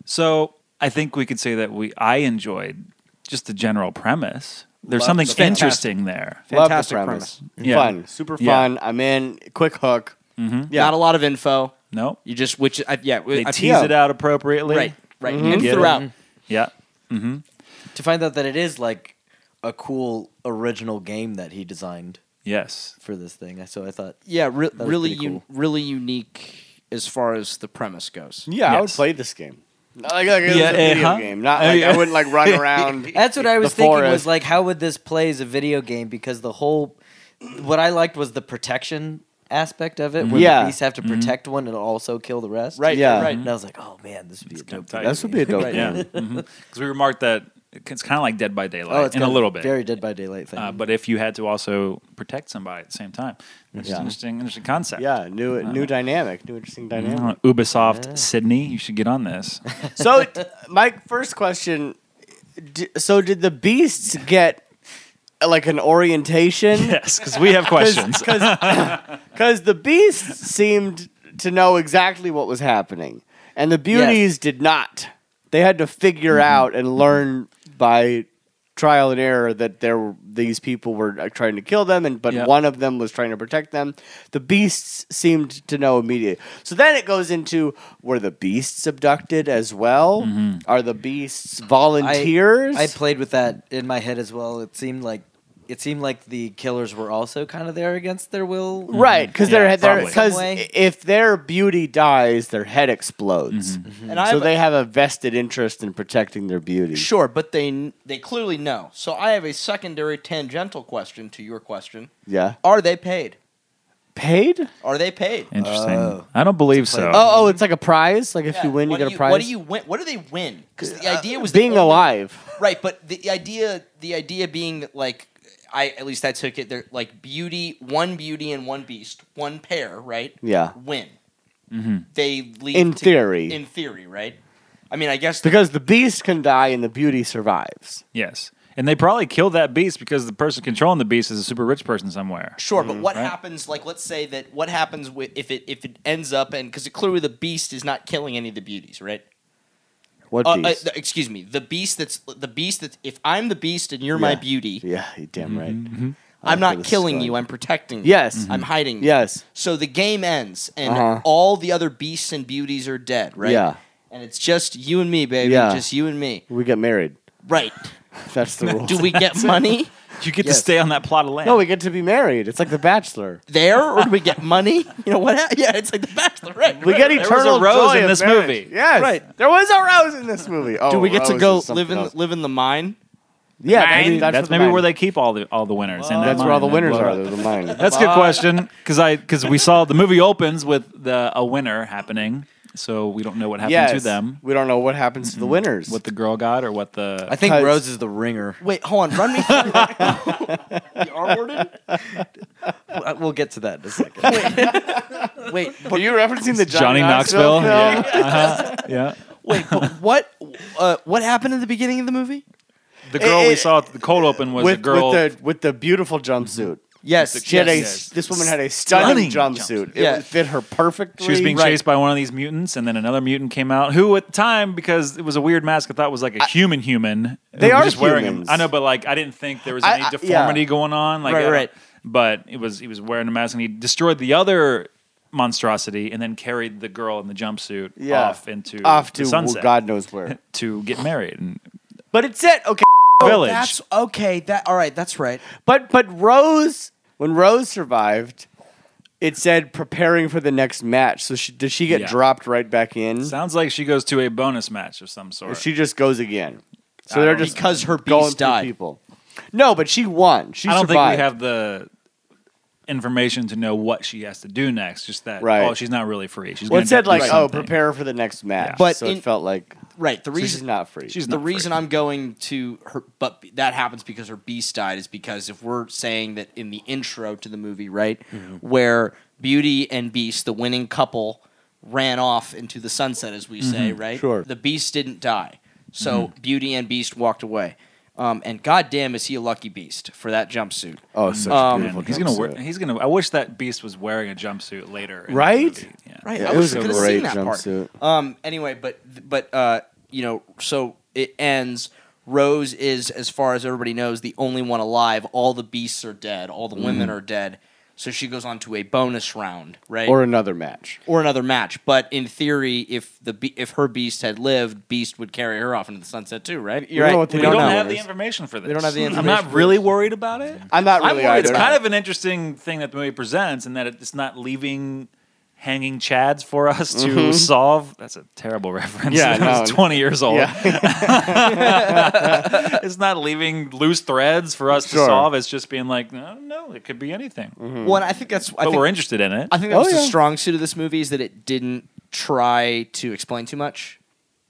D: So I think we could say that we I enjoyed just the general premise. There's something
B: the premise.
D: interesting there.
B: Fantastic
C: Love the premise.
D: Yeah.
C: Fun. Super
D: Yeah.
C: fun. I'm in. Quick hook. Yeah.
B: Not a lot of info.
D: No,
B: You just which I, yeah
D: they
B: I,
D: tease it out appropriately.
B: right right and
D: Get it.
B: throughout
D: Yeah.
A: to find out that it is like a cool original game that he designed
D: Yes.
A: for this thing. So I thought
B: yeah re-
A: was
B: really
A: pretty
B: u-
A: cool.
B: really unique as far as the premise goes.
C: Yeah, I would
D: Yes.
C: play this game. Not Like, like it was
D: Yeah,
C: a video
D: uh-huh.
C: game. Not like I wouldn't like run around.
A: That's what I was
C: the
A: thinking was
C: forest.
A: like, how would this play as a video game? Because the whole, what I liked was the protection aspect of it, where
C: Yeah.
A: the beasts have
D: Mm-hmm.
A: to protect one and also kill the rest.
B: Right.
C: Yeah.
B: Right.
A: And I was like, oh man, this would be a dope.
D: kinda
A: video
D: tight.
C: This would be a
A: game.
C: dope
A: Right.
D: Yeah. Because Mm-hmm. we remarked that it's kind of like Dead by Daylight
A: Oh, it's
D: in a
A: got
D: little bit.
A: Very Dead by Daylight thing.
C: Mm-hmm.
D: uh, but if you had to also protect somebody at the same time, which is an interesting, interesting concept.
C: Yeah, new new dynamic, new interesting
D: I
C: dynamic.
D: don't know, Ubisoft Sydney, you should get on this.
C: So, t- my first question: d- So, did the beasts get uh, like an orientation?
D: yes, because we have questions.
C: Because the beasts seemed to know exactly what was happening, and the beauties did not. They had to figure
D: Mm-hmm.
C: out and learn by trial and error that there were, these people were uh, trying to kill them, and but
D: Yep.
C: one of them was trying to protect them. The beasts seemed to know immediately. So then it goes into were the beasts abducted as well?
D: Mm-hmm.
C: Are the beasts volunteers?
A: I played with that in my head as well. It seemed like it seemed like the killers were also kind of there against their will. Mm-hmm.
C: Right, because
D: mm-hmm. Yeah,
C: they're they're
D: probably.
C: because
A: Some way.
C: if their beauty dies, their head explodes,
D: Mm-hmm.
B: And I
C: so
B: have a-
C: they have a vested interest in protecting their beauty.
B: Sure, but they they clearly know. So I have a secondary tangential question to your question.
C: Yeah,
B: Are they paid?
C: paid?
B: Are they paid?
D: interesting. I don't believe so.
C: Oh, oh, it's like a prize. Like if
B: Yeah,
C: you win, you
B: what do
C: get a prize. Uh,
B: What do you win? What do they win? Because the idea was the
C: being
B: only-
C: alive?
B: right? But the idea, the idea being that like, I at least I took it. They're like beauty, one beauty and one beast, one pair, right?
C: Yeah.
B: Win. They lead
C: In
B: to-
C: theory.
B: In theory, right? I mean, I guess
C: Because the beast can die and the beauty survives.
D: yes. And they probably killed that beast because the person controlling the beast is a super rich person somewhere.
B: Sure, but what
D: right?
B: happens? Like, let's say that what happens with, if it if it ends up and because clearly the beast is not killing any of the beauties, right?
C: What
B: Uh, uh,
C: beast?
B: the- excuse me, the beast that's the beast that if I'm the beast and you're my
C: Yeah.
B: beauty,
C: yeah, you damn right.
B: I'm
C: That's where
B: not
C: this is
B: killing
C: going.
B: you. I'm protecting. you.
C: Yes.
B: I'm hiding. you.
C: Yes.
B: So the game ends and
C: Uh-huh.
B: all the other beasts and beauties are dead, right?
C: Yeah.
B: And it's just you and me, baby.
C: Yeah.
B: Just you and me.
C: We get married.
B: Right.
C: That's the rule.
B: Do we get money
D: You get
C: Yes.
D: to stay on that plot of land.
C: no, we get to be married. It's like The Bachelor.
B: there or do we get money? You know what? hap- Yeah, it's like the bachelor, right?
C: We get
D: was a
C: eternal
D: rose
C: joy
D: in
C: of
D: this
C: marriage.
D: movie.
C: Yes, right. There was a rose in this movie. Oh,
B: Do we get to
C: rose
B: go
C: is something
B: live in
C: else.
B: live in the mine?
C: Yeah,
D: Mine.
C: maybe
D: that's,
C: that's,
D: maybe where they keep all the all the winners. in that
C: That's where all the
D: mine, that
C: winners
D: blow
C: are.
D: up.
C: They're the mine.
D: That's a good question because I because we saw the movie opens with the a winner happening, so we don't know what happened to them,
C: We don't know what happens to the winners.
D: what the girl got or what the
A: I think
C: Cause-
A: Rose is the ringer.
B: Wait, hold on. Run me through the R worded?
A: Uh, We'll get to that in a second.
B: Wait,
C: Are you referencing the Johnny,
D: Johnny Knoxville.
C: Knoxville? film?
D: Yeah. Uh-huh. yeah.
B: wait, but what uh, what happened at the beginning of the movie?
D: The girl
C: It-
D: we
C: it-
D: saw at the cold open was
C: With,
D: a girl.
C: with the with the beautiful jumpsuit.
A: Yes,
C: She had a,
A: yes.
C: this woman had a stunning,
D: Stunning
C: jumpsuit.
D: jumpsuit.
C: It
A: Yeah.
C: would fit her perfectly.
D: She was being
A: Right.
D: chased by one of these mutants, and then another mutant came out. Who, at the time, because it was a weird mask, I thought was like a human human.
C: They
D: who was
C: are
D: wearing them.
C: humans.
D: I know, but like I didn't think there was
C: I-
D: any
C: I- yeah.
D: deformity going on. Like,
A: Right,
D: I don't-
A: right.
D: But it was he was wearing a mask, and he destroyed the other monstrosity, and then carried the girl in the jumpsuit
C: Yeah.
D: off into
C: off
D: the
C: to
D: sunset
C: God knows where.
D: to get married and
C: But it's it. Okay.
D: village.
A: That's okay. That all right. That's right.
C: But but Rose, when Rose survived, it said preparing for the next match. So she, did she get
D: Yeah.
C: dropped right back in?
D: Sounds like she goes to a bonus match of some
C: Or
D: sort.
C: she just goes again. So
D: I
C: they're
D: don't-
C: just
B: Because her
C: going
B: beast
C: through
B: died.
C: people. No, but she won. She
D: I don't
C: survived.
D: think we have the information to know what she has to do next. Just that,
C: Right.
D: oh, she's not really free. She's
C: Well,
D: gonna
C: it said
D: do
C: like, oh,
D: something.
C: prepare for the next match.
A: But
C: so
B: in-
C: it felt like
B: Right. The
C: so she's
B: reason
C: not free.
D: She's
B: the
D: not
B: reason
D: free.
B: I'm going to her, but that happens because her beast died is because if we're saying that in the intro to the movie, right,
C: Mm-hmm.
B: where Beauty and Beast, the winning couple, ran off into the sunset, as we say, right?
C: Mm-hmm. Sure. Mm-hmm.
B: The Beast didn't die, so Beauty and Beast walked away. Um, and goddamn, is he a lucky beast for that jumpsuit?
C: oh, such
B: Um,
C: a
D: Man,
C: beautiful
D: he's gonna
C: jumpsuit.
D: wear. He's gonna. I wish that beast was wearing a jumpsuit later. in the
C: Right?
D: movie. Yeah.
B: Right.
C: Yeah,
B: I
C: it
B: wish
C: was
B: we
C: a
B: could have seen
C: great
B: that
C: jumpsuit.
B: part. Um. Anyway, but but uh, you know, so it ends. Rose is, as far as everybody knows, the only one alive. All the beasts are dead. All the women
C: Mm-hmm.
B: are dead. So she goes on to a bonus round, right?
C: Or another match.
B: or another match. But in theory, if the be- if her beast had lived, Beast would carry her off into the sunset too, right?
C: You know what
D: We
C: they
D: don't,
C: don't know
D: have
C: is-
D: the information for this.
B: don't have the
D: I'm
B: information
D: not really worried about it.
C: I'm not
D: I'm
C: really
D: worried. It's
C: either.
D: kind of an interesting thing that the movie presents, in that it's not leaving hanging chads for us to solve. That's a terrible reference.
C: Mm-hmm. Yeah,
D: that was
C: no.
D: 20 years old.
C: yeah.
D: it's not leaving loose threads for us
C: Sure. Mm-hmm.
D: to solve. It's just being like, no, no, it could be anything.
B: Well, and I think that's. I
D: But
B: think,
D: Oh, we're interested in it.
B: I think that was
C: Mm. Oh,
B: the
C: yeah.
B: strong suit of this movie is that it didn't try to explain too much.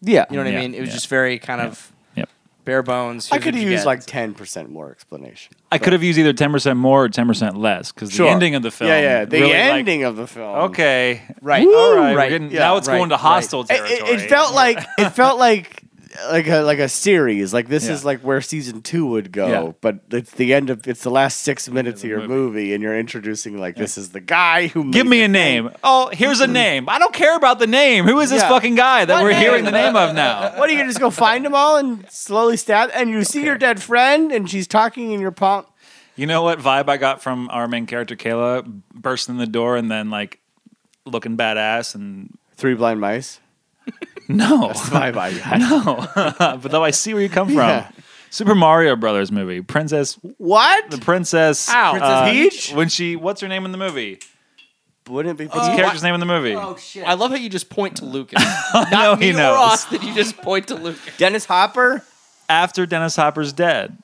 C: yeah.
B: You know what
D: Yeah,
B: I mean? It was
D: yeah.
B: just very kind of
D: Yep.
B: bare bones.
C: I
B: here's
C: could
B: what you
C: use
B: get.
C: like ten percent more explanation.
D: I could have used either 10% more or 10% less because the ending of the film.
C: Yeah, yeah. The
D: really, like,
C: ending of the film.
D: okay.
B: Right.
D: All right.
B: Right.
D: We're getting,
B: Yeah,
D: now it's
B: right,
D: going to
B: right.
D: hostile
C: It,
D: territory.
C: it- it felt like it felt like like a like a series. Like this
D: Yeah.
C: is like where season two would go.
D: Yeah.
C: But it's the end of it's the last six minutes of your
D: movie.
C: movie. and you're introducing like this is the guy who
D: Give
C: made
D: me
C: it.
D: a name. Oh, here's a name. I don't care about the name. Who is this
C: Yeah.
D: fucking guy that
C: What
D: we're
C: name?
D: hearing the name of now?
C: What are you gonna just go find them all and slowly stab? And you see your dead friend, and she's talking in your palm.
D: You know what vibe I got from our main character Kayla bursting the door and then like looking badass and
C: Three blind mice.
D: no.
C: Bye bye.
D: No, but though I see where you come from.
C: Yeah.
D: Super Mario Brothers movie, Princess,
C: What?
D: the Princess,
C: Ow.
D: uh,
C: Princess Peach?
D: When she, what's her name in the movie?
C: Wouldn't it be?
D: What's the character's name in the movie?
A: shit.
B: I love how you just point to Lucas.
D: no,
B: Not me
D: he
B: or
D: knows.
B: us, that you just point to Lucas.
C: Dennis Hopper.
D: After Dennis Hopper's dead.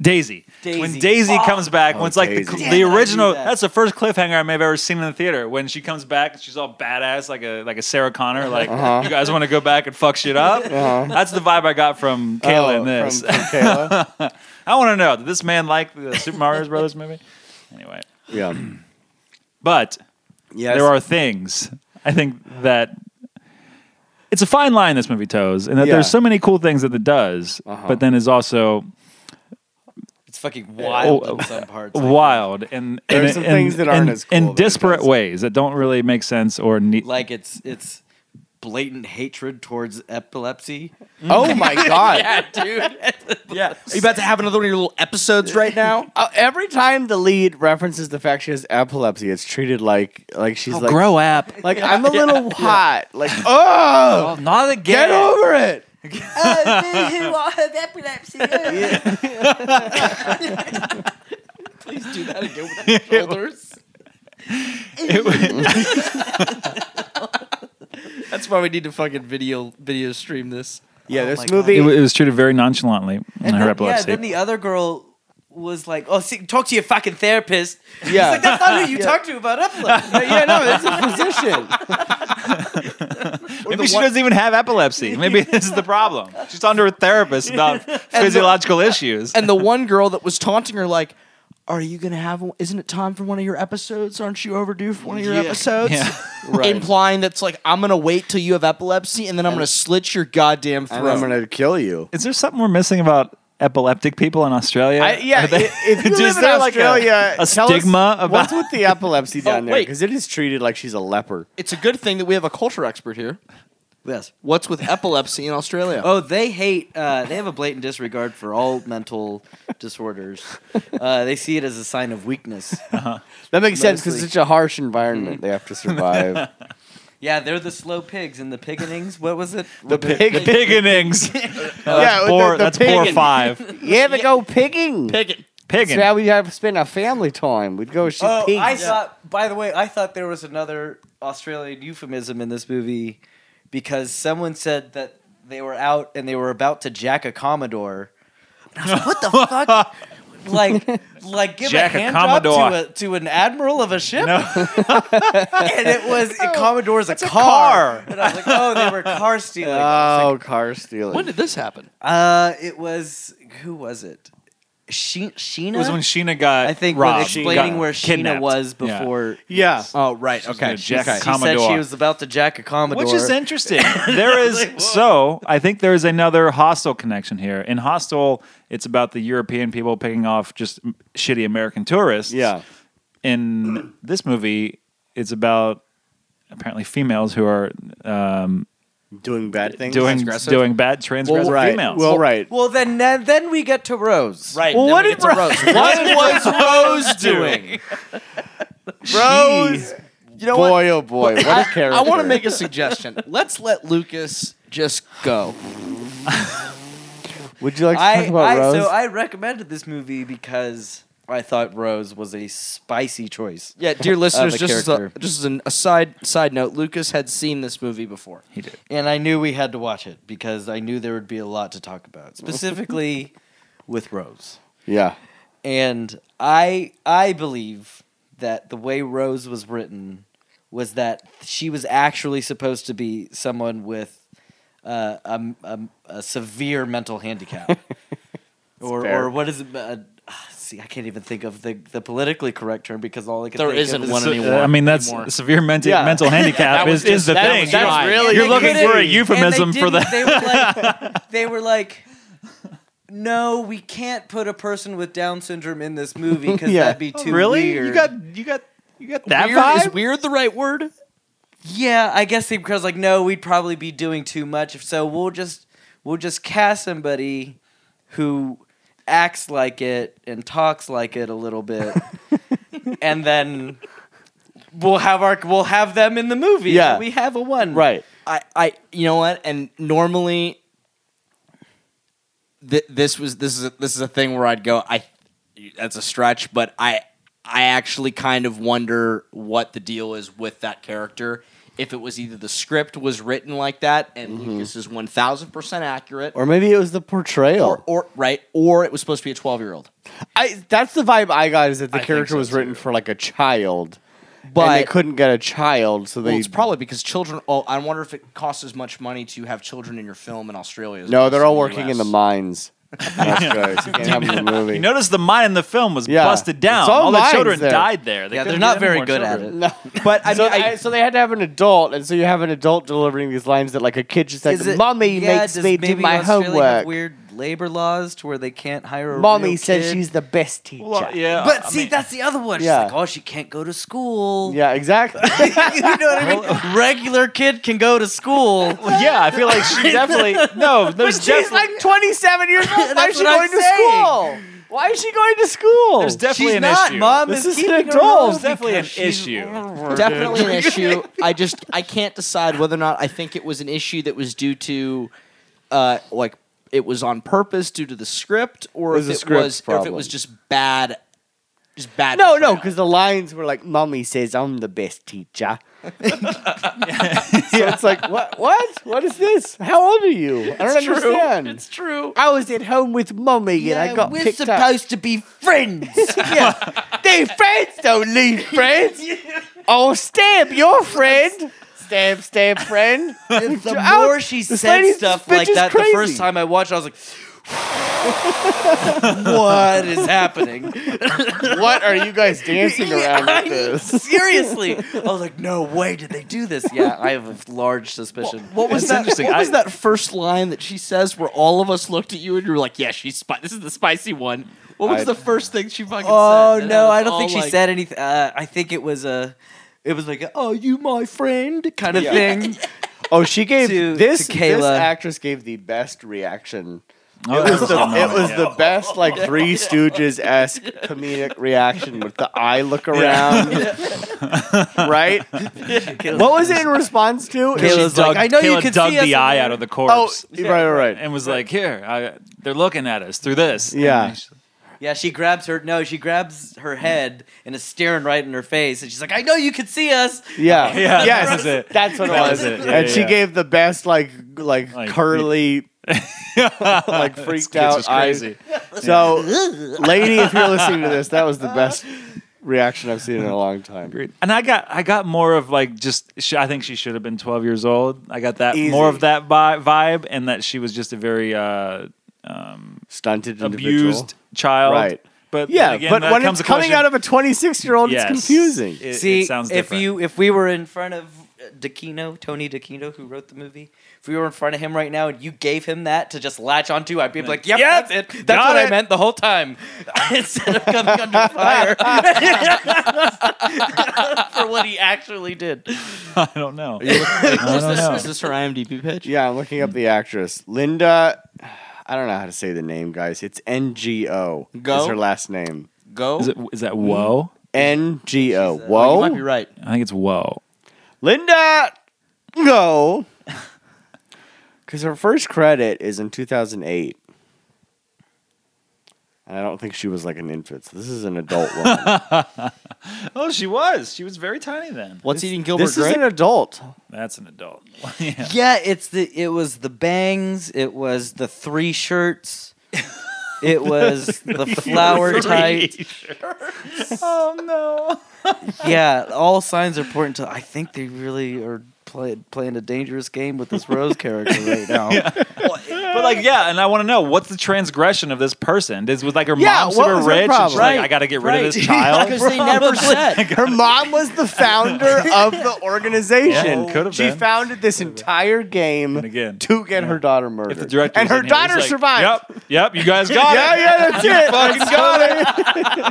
D: Daisy. When Daisy comes back, when it's like the,
C: Oh, Daisy.
D: cl- the original, that's the first cliffhanger I may have ever seen in the theater. When she comes back, she's all badass, like a like a Sarah Connor, like
C: Uh-huh.
D: you guys want to go back and fuck shit up. That's the vibe I got Oh, from Kayla in this.
C: Oh, From, from Kayla.
D: I want to know did this man like the Super Mario Brothers movie? Anyway,
C: yeah.
D: but
C: Yes.
D: there are things I think that it's a fine line this movie toes, and that
C: Yeah. Uh-huh.
D: there's so many cool things that it does, but then is also
A: It's fucking wild
D: Oh,
A: in some parts.
D: wild and
C: There's
D: and-
C: some
D: and-
C: things that aren't
D: and-
C: as cool
D: in
C: that it
D: disparate
C: does.
D: ways that don't really make sense or need.
A: Like it's it's blatant hatred towards epilepsy.
C: Oh my god.
B: dude.
D: yeah,
B: Are you about to have another one of your little episodes right now?
C: Uh, every time the lead references the fact she has epilepsy, it's treated like like she's like
D: grow up.
C: like I'm a little hot. Like oh,
D: Not
C: get
D: again.
C: over it.
H: I Oh, have epilepsy.
B: Please do that again with the shoulders.
D: It was-
B: That's why we need to fucking video video stream this.
C: Yeah, this
A: my God.
C: movie.
D: it was treated very nonchalantly in her
A: then,
D: epilepsy.
A: Yeah, then the other girl was like, "Oh, see, talk to your fucking therapist."
C: yeah,
A: Like that's not who you talk to about epilepsy.
C: yeah, no, it's a physician.
D: Maybe she doesn't even have epilepsy. Maybe this is the problem. She's talking to her therapist about physiological issues.
B: And the one girl that was taunting her, like, are you gonna have? one- Isn't it time for one of your episodes? Aren't you overdue for one of your episodes?
D: Yeah.
B: Implying that's like I'm gonna wait till you have epilepsy and then I'm gonna slit your goddamn
C: And I'm
B: throat.
C: gonna kill you.
D: Is there something we're missing about epileptic people in Australia?
C: I, yeah,
D: Are they-
C: i- if you
D: Is
C: live in
D: there like a-
C: Australia,
D: a
C: tell us
D: stigma about-
C: what's with the epilepsy down there
B: wait.
C: because it is treated like she's a leper.
B: It's a good thing that we have a culture expert here.
A: Yes.
B: What's with epilepsy in Australia?
A: Oh, they hate. Uh, they have a blatant disregard for all mental disorders. Uh, they see it as a sign of weakness.
C: That makes sense because
A: Mostly.
C: it's such a harsh environment they have to survive.
A: Yeah, they're the slow pigs and the pigginings. What was it?
C: the pig,
D: Pigginings.
C: yeah, the-
D: Four,
C: the
D: that's four
C: piggin.
D: five.
C: You ever go pigging?
B: Piggin.
D: Piggin.
C: That's how we have to spend our family time. We'd go shoot
A: Oh,
C: pigs.
A: I thought. By the way, I thought there was another Australian euphemism in this movie because someone said that they were out and they were about to jack a commodore. And I was like, "What the fuck?" Like, like give
D: Jack
A: a
D: a
A: hand
D: Commodore.
A: job to a, to an admiral of a ship,
D: No.
A: and it was a commodore's Oh, a car. and I was like, "Oh, they were car stealing."
C: Oh, car stealing.
B: When did this happen?
A: Uh, it was who was it? She- Sheena.
D: It was when Sheena got
A: I think
D: robbed,
A: when explaining
D: got
A: where
D: kidnapped.
A: Sheena was
D: Yeah.
A: before.
C: yeah.
B: Oh, right.
D: gonna jack
B: okay.
D: a
A: She
D: Commodore.
A: said she was about to jack a Commodore.
D: Which is interesting. There is so I think there is another hostile connection here. In Hostile, it's about the European people picking off just m- shitty American tourists.
C: Yeah.
D: In this movie, it's about apparently females who are um,
C: Doing bad things.
D: doing
B: Transgressive?
D: doing bad transgressive
C: right.
D: females.
C: Well, right.
A: Well, then then then we get to Rose.
B: Right.
C: Well,
B: then
C: what
B: we
C: did
B: get to
C: Rose-
B: Rose? What was Rose doing?
C: Rose. You know boy, oh boy, what a character!
B: I want to make a suggestion. Let's let Lucas just go.
C: Would you like to
A: I,
C: talk about
A: I
C: Rose?
A: so I recommended this movie because I thought Rose was a spicy choice.
B: Yeah, dear listeners,
A: a
B: just as, a,
A: character.
B: just as an, a side side note, Lucas had seen this movie before.
D: he did.
A: And I knew we had to watch it because I knew there would be a lot to talk about, specifically with Rose.
C: yeah.
A: and I I believe that the way Rose was written was that she was actually supposed to be someone with uh, a, a, a severe mental handicap, or
C: fair.
A: or what is it? Uh, see, I can't even think of the, the politically correct term because all I can
B: There
A: think
B: isn't
A: of is
B: one
D: So, uh,
B: anymore.
D: I mean, that's
B: Anymore.
D: severe mental
C: Yeah.
D: mental handicap
B: That was
D: is, is
B: just-
D: the
B: that
D: thing.
B: was just That's really-
A: And
D: you're
A: they
D: looking
A: couldn't-
D: for a
A: and they
D: euphemism for
A: didn't.
D: that.
A: They were like, they were like, no, we can't put a person with Down syndrome in this movie because
C: Yeah.
A: that'd be too weird.
D: you got you got that
B: weird,
D: vibe.
B: Is weird the right word?
A: Yeah, I guess they because like no, we'd probably be doing too much. If so, we'll just we'll just cast somebody who acts like it and talks like it a little bit, and then we'll have our we'll have them in the movie.
C: Yeah.
A: we have a one
C: Right.
B: I, I, you know what? And normally, th- this was this is a, this is a thing where I'd go. I that's a stretch, but I I actually kind of wonder what the deal is with that character. If it was either the script was written like that, and Lucas is one thousand percent accurate,
C: Mm-hmm. Or maybe it was the portrayal.
B: or, or right, or it was supposed to be a twelve year old.
C: I that's the vibe I got is that the
B: think
C: character
B: so,
C: was written for like a child, but they
B: But-
C: couldn't get a child, so they.
B: Well, it's probably because children. Oh, I wonder if it costs as much money to have children in your film in Australia. As it
C: no,
B: does
C: they're all
B: the
C: working in
B: US.
C: the mines. That's right. You can't have them in the movie.
D: You notice the mine in the film was
C: Yeah.
D: busted down.
C: It's all
D: All, the
C: mines
D: children
C: there.
D: died there. They
A: Yeah, they're
D: couldn't
A: not
D: get any
A: very
D: more
A: good at
D: children.
A: it.
C: no, but I so, mean, I, so they had to have an adult, and so you have an adult delivering these lines that like a kid just like,
A: Is it-
C: "Mommy
A: yeah,
C: makes
A: does
C: me do
A: maybe
C: my
A: Australia Have
C: homework.
A: weird labor laws to where they can't hire. A
C: Mommy
A: real
C: says
A: kid.
C: she's the best teacher."
D: Well, uh, yeah,
A: But
D: I
A: see,
D: mean,
A: that's the other one.
C: Yeah.
A: She's like, oh, she can't go to school.
C: yeah, exactly.
A: you know what I mean? Regular kid can go to school.
D: yeah. I feel like she definitely no. There's
C: She's
D: definitely
C: like 27 years old. Why is
A: That's
C: she
A: what
C: going
A: I'm
C: to
A: saying.
C: school? Why is she going to school?
D: there's definitely
A: She's
D: an
A: not,
D: issue.
A: Mom.
C: This
A: is
C: is an
A: keeping her
C: adult.
A: old
D: There's definitely an
A: because she's-
D: issue.
B: definitely an issue. I just I can't decide whether or not I think it was an issue that was due to uh like it was on purpose due to the script or
C: It was
B: if
C: a
B: it
C: script
B: was or if
C: problem.
B: it was just bad just bad
C: No, no,
B: portrayal.
C: because the lines were like, "Mommy says I'm the best teacher." so it's like, what? What? What is this? How old are you? I don't understand. It's true. I was at home with mommy and I got
A: we're
C: picked up.
A: supposed to be friends.
C: yeah, they friends don't leave friends. Oh, stab your friend. Stab, stab, friend.
A: the
C: Ouch.
A: more she
C: This
A: said
C: lady's-
A: stuff
C: this bitch
A: like
C: is
A: that, the
C: crazy.
A: first time I watched, I was like, what is happening?
C: What are you guys dancing around
A: I-
C: with this?
A: Seriously, I was like, no way, did they do this? Yeah, I have a large suspicion.
B: What was
D: That's
B: that?
D: interesting.
B: What was
D: I-
B: that first line that she says? Where all of us looked at you and you were like, "Yeah, she's spi- this is the spicy one." What was
C: I-
B: the first thing she fucking
A: Oh
B: said? And
A: no,
B: was
A: I don't
B: all
A: think she
B: like-
A: said anything. Uh, I think it was a, it was like, a, oh, you my friend kind of
C: Yeah.
A: thing.
C: Oh, she gave
A: To-
C: this,
A: to
C: this
A: Kayla.
C: actress gave the best reaction.
D: Oh,
C: It was the,
D: awesome.
C: it was
D: Yeah.
C: the best like Three Stooges esque comedic reaction with the eye look around, right? What was it in response to? It
A: Kayla's
C: was
A: like, I know you
D: Kayla
A: can
D: dug
A: see us
D: the
A: in
D: eye
A: there.
D: out of the
C: oh,
D: corpse
C: right, right, right.
D: and was like, "Here, I, they're looking at us through this." And
C: Yeah.
D: she-
A: Yeah, she grabs her. No, she grabs her head and is staring right in her face, and she's like, "I know you can see us."
C: Yeah,
D: yeah,
C: Yes.
D: that was it.
C: That's what it
D: That
C: was.
D: was it. Yeah,
C: and
D: yeah,
C: she
D: yeah.
C: gave the best like like,
D: Like,
C: curly like freaked
D: It's
C: out
D: just
C: eyes.
D: crazy.
C: So, lady, if you're listening to this, that was the best reaction I've seen in a long time.
D: And I got I got more of like just sh I think she should have been 12 years old. I got that
C: Easy.
D: more of that vi- vibe and that she was just a very uh,
C: Stunted individual.
D: abused child.
C: Right.
D: But then
C: Yeah,
D: again,
C: but
D: that
C: when
D: comes
C: it's
D: a
C: coming
D: question-
C: out of a 26 year old,
D: Yes.
C: it's confusing.
D: It- it
A: see,
D: sounds
A: if
D: different.
A: you if we were in front of uh, Dakino, Tony Dakino, who wrote the movie, if we were in front of him right now and you gave him that to just latch onto, I'd be like, "Yep,
D: Yep,
A: that's it. That's
D: got
A: what I
D: it."
A: meant the whole time." Instead of coming under fire for what he actually did.
D: I don't know. I don't know.
B: Is this her IMDb pitch?
C: Yeah, I'm looking up the actress. Linda, I don't know how to say the name, guys. It's NGO.
B: Go?
C: Is her last name.
B: Go.
D: Is, it, is that
A: Mm-hmm.
D: whoa?
C: NGO.
B: uh, oh, You
C: Whoa.
B: might be right.
D: I think it's whoa.
C: Linda, go. Because her first credit is in 2008. And I don't think she was like an infant. So this is an adult woman.
D: Oh, she was. She was very tiny then.
B: What's eating Gilbert
C: this is
B: Grape?
C: an adult.
D: That's an adult. yeah.
A: Yeah, it's the it was the bangs, it was the three shirts, it was the flower tight.
D: Oh no.
A: Yeah, all signs are pointing to. I think they really are play, playing a dangerous game with this Rose character right now.
D: But like, yeah, and I want to know what's the transgression of this person? This was like her
C: Yeah,
D: mom
C: what
D: super
C: was her
D: rich. And she's
C: problem?
D: like, I got to get rid of this child.
A: because they never said.
C: Her mom was the founder of the organization.
D: Yeah, it could've
C: she
D: been.
C: founded this entire game
D: And again,
C: to get her daughter murdered.
D: if the director
C: and
D: was
C: her
D: in here, he's
C: daughter
D: like,
C: survived.
D: Yep, yep, you guys got
C: Yeah, yeah, that's it. Fucking got